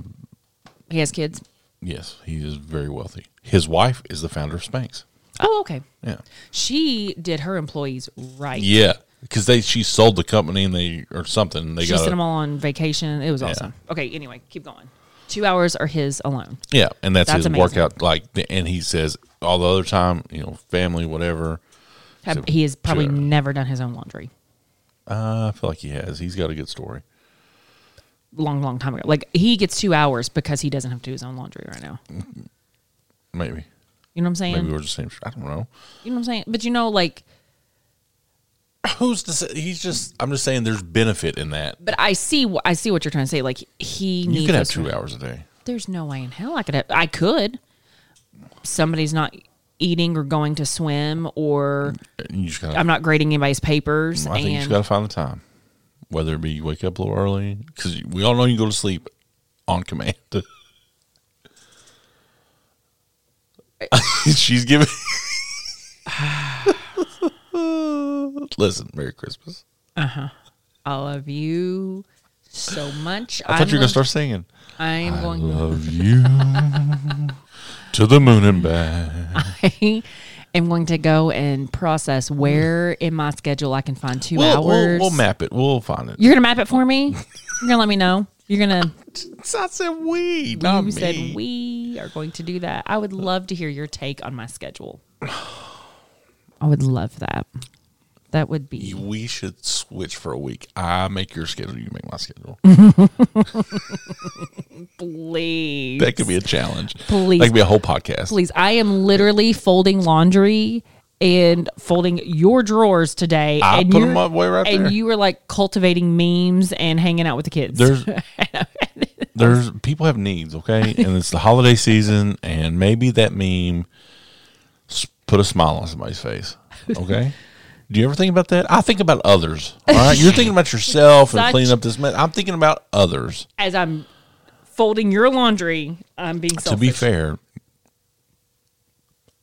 Speaker 2: he has kids.
Speaker 1: yes. He is very wealthy. His wife is the founder of Spanx.
Speaker 2: Oh, okay.
Speaker 1: Yeah.
Speaker 2: She did her employees right.
Speaker 1: Yeah. Because they she sold the company and they or something. They
Speaker 2: she
Speaker 1: got
Speaker 2: sent
Speaker 1: a-
Speaker 2: them all on vacation. It was awesome. Okay, anyway, keep going. Two hours are his alone.
Speaker 1: yeah, and that's,
Speaker 2: That's
Speaker 1: his
Speaker 2: amazing.
Speaker 1: workout. Like, and he says all the other time, you know, family, whatever.
Speaker 2: Have-
Speaker 1: So,
Speaker 2: he has probably
Speaker 1: sure.
Speaker 2: never done his own laundry.
Speaker 1: Uh, I feel like he has. He's got a good story.
Speaker 2: Long, long time ago. Like he gets two hours because he doesn't have to do his own laundry right now.
Speaker 1: Maybe.
Speaker 2: You know what I'm saying?
Speaker 1: Maybe we're the same. I don't know.
Speaker 2: you know what I'm saying? But you know, like,
Speaker 1: Who's to say? He's just. I'm just saying. There's benefit in that.
Speaker 2: but I see, wh- I see what you're trying to say. Like, he needs.
Speaker 1: You could have
Speaker 2: us-
Speaker 1: two hours a day.
Speaker 2: There's no way in hell I could have. I could. Somebody's not eating or going to swim, or
Speaker 1: You just gotta.
Speaker 2: I'm not grading anybody's papers.
Speaker 1: I think you just
Speaker 2: and-
Speaker 1: gotta find the time, whether it be you wake up a little early because we all know you go to sleep on command. She's giving. Listen, Merry Christmas.
Speaker 2: I love you so much.
Speaker 1: I thought you were gonna start singing.
Speaker 2: I'm
Speaker 1: I
Speaker 2: going.
Speaker 1: love you to the moon and back.
Speaker 2: I am going to go and process where in my schedule I can find 2
Speaker 1: We'll,
Speaker 2: hours.
Speaker 1: we'll, we'll map it. We'll find it.
Speaker 2: You're gonna map it for me. You're gonna let me know. You're gonna.
Speaker 1: I said we, not
Speaker 2: you
Speaker 1: me.
Speaker 2: said we are going to do that. I would love to hear your take on my schedule. I would love that. That would be.
Speaker 1: We should switch for a week. I make your schedule, you make my schedule.
Speaker 2: Please.
Speaker 1: That could be a challenge.
Speaker 2: Please.
Speaker 1: That could be a whole podcast.
Speaker 2: Please. I am literally folding laundry and folding your drawers today.
Speaker 1: I
Speaker 2: and
Speaker 1: put
Speaker 2: you're-
Speaker 1: 'em away right
Speaker 2: And
Speaker 1: there.
Speaker 2: you were like cultivating memes and hanging out with the kids.
Speaker 1: There's there's people have needs, okay? And it's the holiday season and maybe that meme s- put a smile on somebody's face. Okay? Do you ever think about that? I think about others. All right. You're thinking about yourself and
Speaker 2: Such-
Speaker 1: cleaning up this mess. I'm thinking about others.
Speaker 2: As I'm folding your laundry, I'm being selfish.
Speaker 1: To be fair,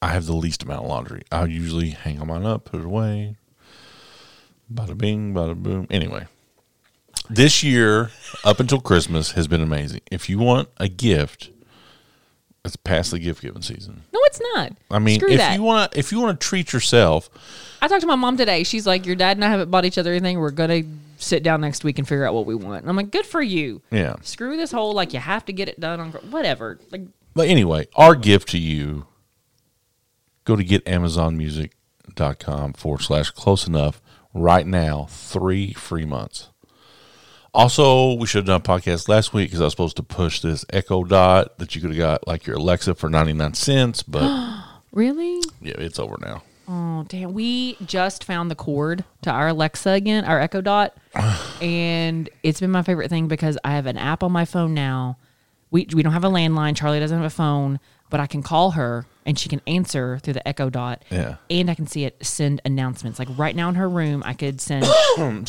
Speaker 1: I have the least amount of laundry. I usually hang mine up, put it away. Bada bing, bada boom. Anyway, this year up until Christmas has been amazing. If you want a gift, it's past the gift giving season.
Speaker 2: No, it's not.
Speaker 1: I mean,
Speaker 2: screw
Speaker 1: if
Speaker 2: that.
Speaker 1: you want to, if you want to treat yourself,
Speaker 2: I talked to my mom today. She's like, "Your dad and I haven't bought each other anything. We're gonna sit down next week and figure out what we want." And I'm like, "Good for you."
Speaker 1: yeah.
Speaker 2: Screw this whole like you have to get it done on whatever. Like,
Speaker 1: But anyway, our gift to you go to getamazonmusic.com forward slash close enough right now, three free months. Also, we should have done a podcast last week because I was supposed to push this Echo Dot that you could have got like your Alexa for 99 cents, but
Speaker 2: really?
Speaker 1: yeah, it's over now.
Speaker 2: Oh damn! We just found the cord to our Alexa again, our Echo Dot, and it's been my favorite thing because I have an app on my phone now. We we don't have a landline. Charlie doesn't have a phone, but I can call her and she can answer through the Echo Dot.
Speaker 1: Yeah.
Speaker 2: and I can see it send announcements. Like right now in her room, I could send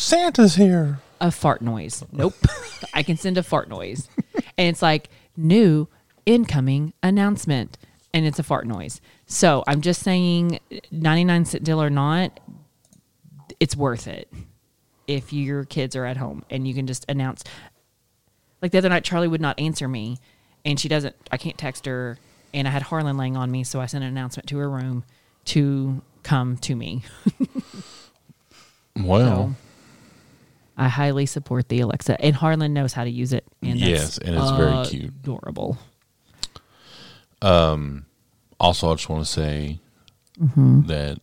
Speaker 1: Santa's here.
Speaker 2: a fart noise. Nope, I can send a fart noise, and it's like new incoming announcement, and it's a fart noise. So I'm just saying, ninety nine cent deal or not, it's worth it if your kids are at home and you can just announce. Like the other night, Charlie would not answer me, and she doesn't. I can't text her, and I had Harlan laying on me, so I sent an announcement to her room to come to me.
Speaker 1: Well,
Speaker 2: I highly support the Alexa, and Harlan knows how to use it. And that's
Speaker 1: Yes, and it's very cute.
Speaker 2: adorable.
Speaker 1: also, I just want to say that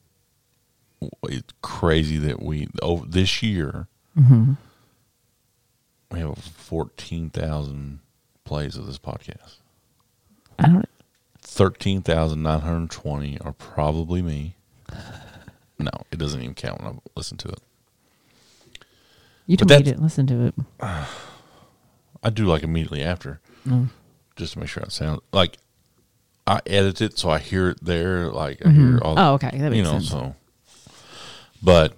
Speaker 1: it's crazy that we over this year we have fourteen thousand plays of this podcast.
Speaker 2: I don't.
Speaker 1: Thirteen thousand nine hundred twenty are probably me. No, it doesn't even count when I listen to it.
Speaker 2: You
Speaker 1: But
Speaker 2: told
Speaker 1: that's-
Speaker 2: me you didn't listen to it.
Speaker 1: I do like immediately after, just to make sure I sound like I edit it so I hear it there. Like I hear all.
Speaker 2: Oh, okay, that
Speaker 1: you
Speaker 2: makes
Speaker 1: know,
Speaker 2: sense.
Speaker 1: so. But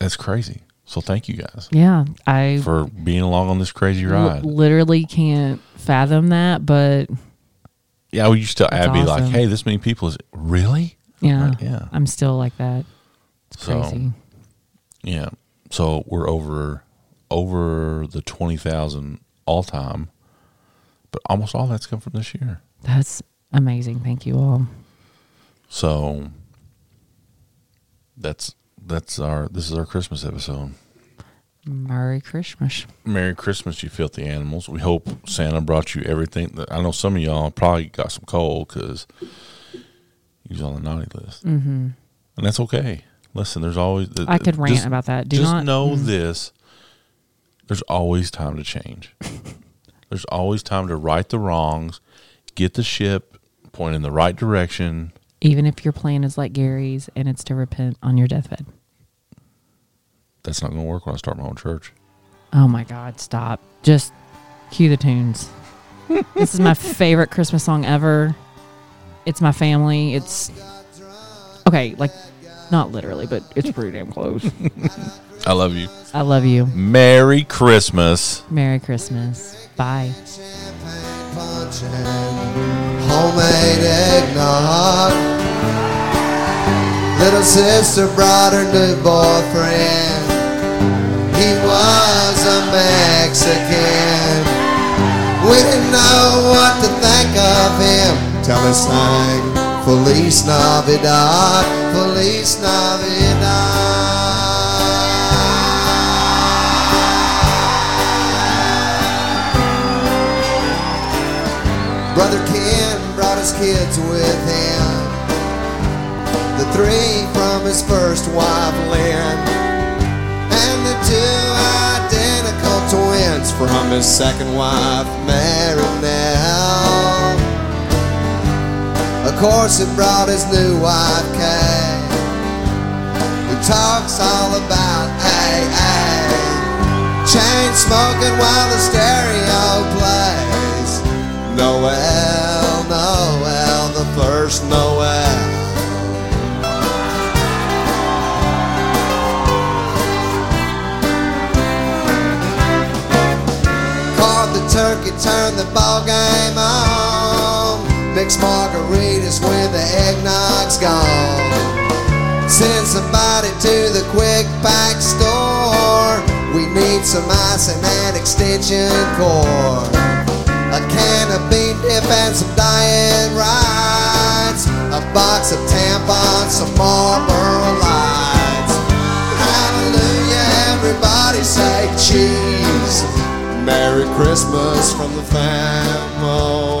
Speaker 1: that's crazy. So thank you guys
Speaker 2: Yeah, I
Speaker 1: for being along on this crazy
Speaker 2: l-
Speaker 1: ride.
Speaker 2: literally can't fathom that, but
Speaker 1: yeah, we used to
Speaker 2: That's
Speaker 1: I'd be like,
Speaker 2: awesome.
Speaker 1: "Hey, this many people is really?"
Speaker 2: yeah,
Speaker 1: Right, yeah.
Speaker 2: I'm still like that. It's
Speaker 1: So-
Speaker 2: crazy.
Speaker 1: Yeah. So we're over over the twenty thousand all time, but almost all that's come from this year.
Speaker 2: That's amazing. Thank you all.
Speaker 1: So that's that's our this is our Christmas episode.
Speaker 2: Merry Christmas.
Speaker 1: Merry Christmas, you filthy animals. We hope Santa brought you everything. That, I know some of y'all probably got some cold because you was on the naughty list, mm-hmm. and that's okay. Listen, there's always the,
Speaker 2: I could rant about that. Do
Speaker 1: just
Speaker 2: not- Mm-hmm.
Speaker 1: know this: there's always time to change. there's always time to right the wrongs, get the ship point in the right direction.
Speaker 2: Even if your plan is like Gary's and it's to repent on your deathbed.
Speaker 1: That's not going to work when I start my own church.
Speaker 2: Oh my God, stop. Just cue the tunes. this is my favorite Christmas song ever. It's my family. It's okay, like not literally, but it's pretty damn close.
Speaker 1: I love you.
Speaker 2: I love you.
Speaker 1: Merry Christmas.
Speaker 2: Merry Christmas. Bye.
Speaker 3: champagne punch and homemade eggnog. Little sister brought her new boyfriend. He was a Mexican. We didn't know what to think of him till he sang Feliz Navidad, Feliz Navidad. Brother Ken brought his kids with him. The three from his first wife, Lynn. And the two identical twins from his second wife, Mary Nell. Of course, he brought his new wife, Kay. Who talks all about AA chain smoking while the stereo plays. Noel, Noel, the first Noel. Caught the turkey, turned the ball game on. mix margaritas when the eggnog's gone. Send somebody to the quick pack store. We need some ice and an extension cord. A can of bean dip and some diet rides. A box of tampons, some Marlboro lights. Hallelujah, everybody say cheese. Merry Christmas from the family.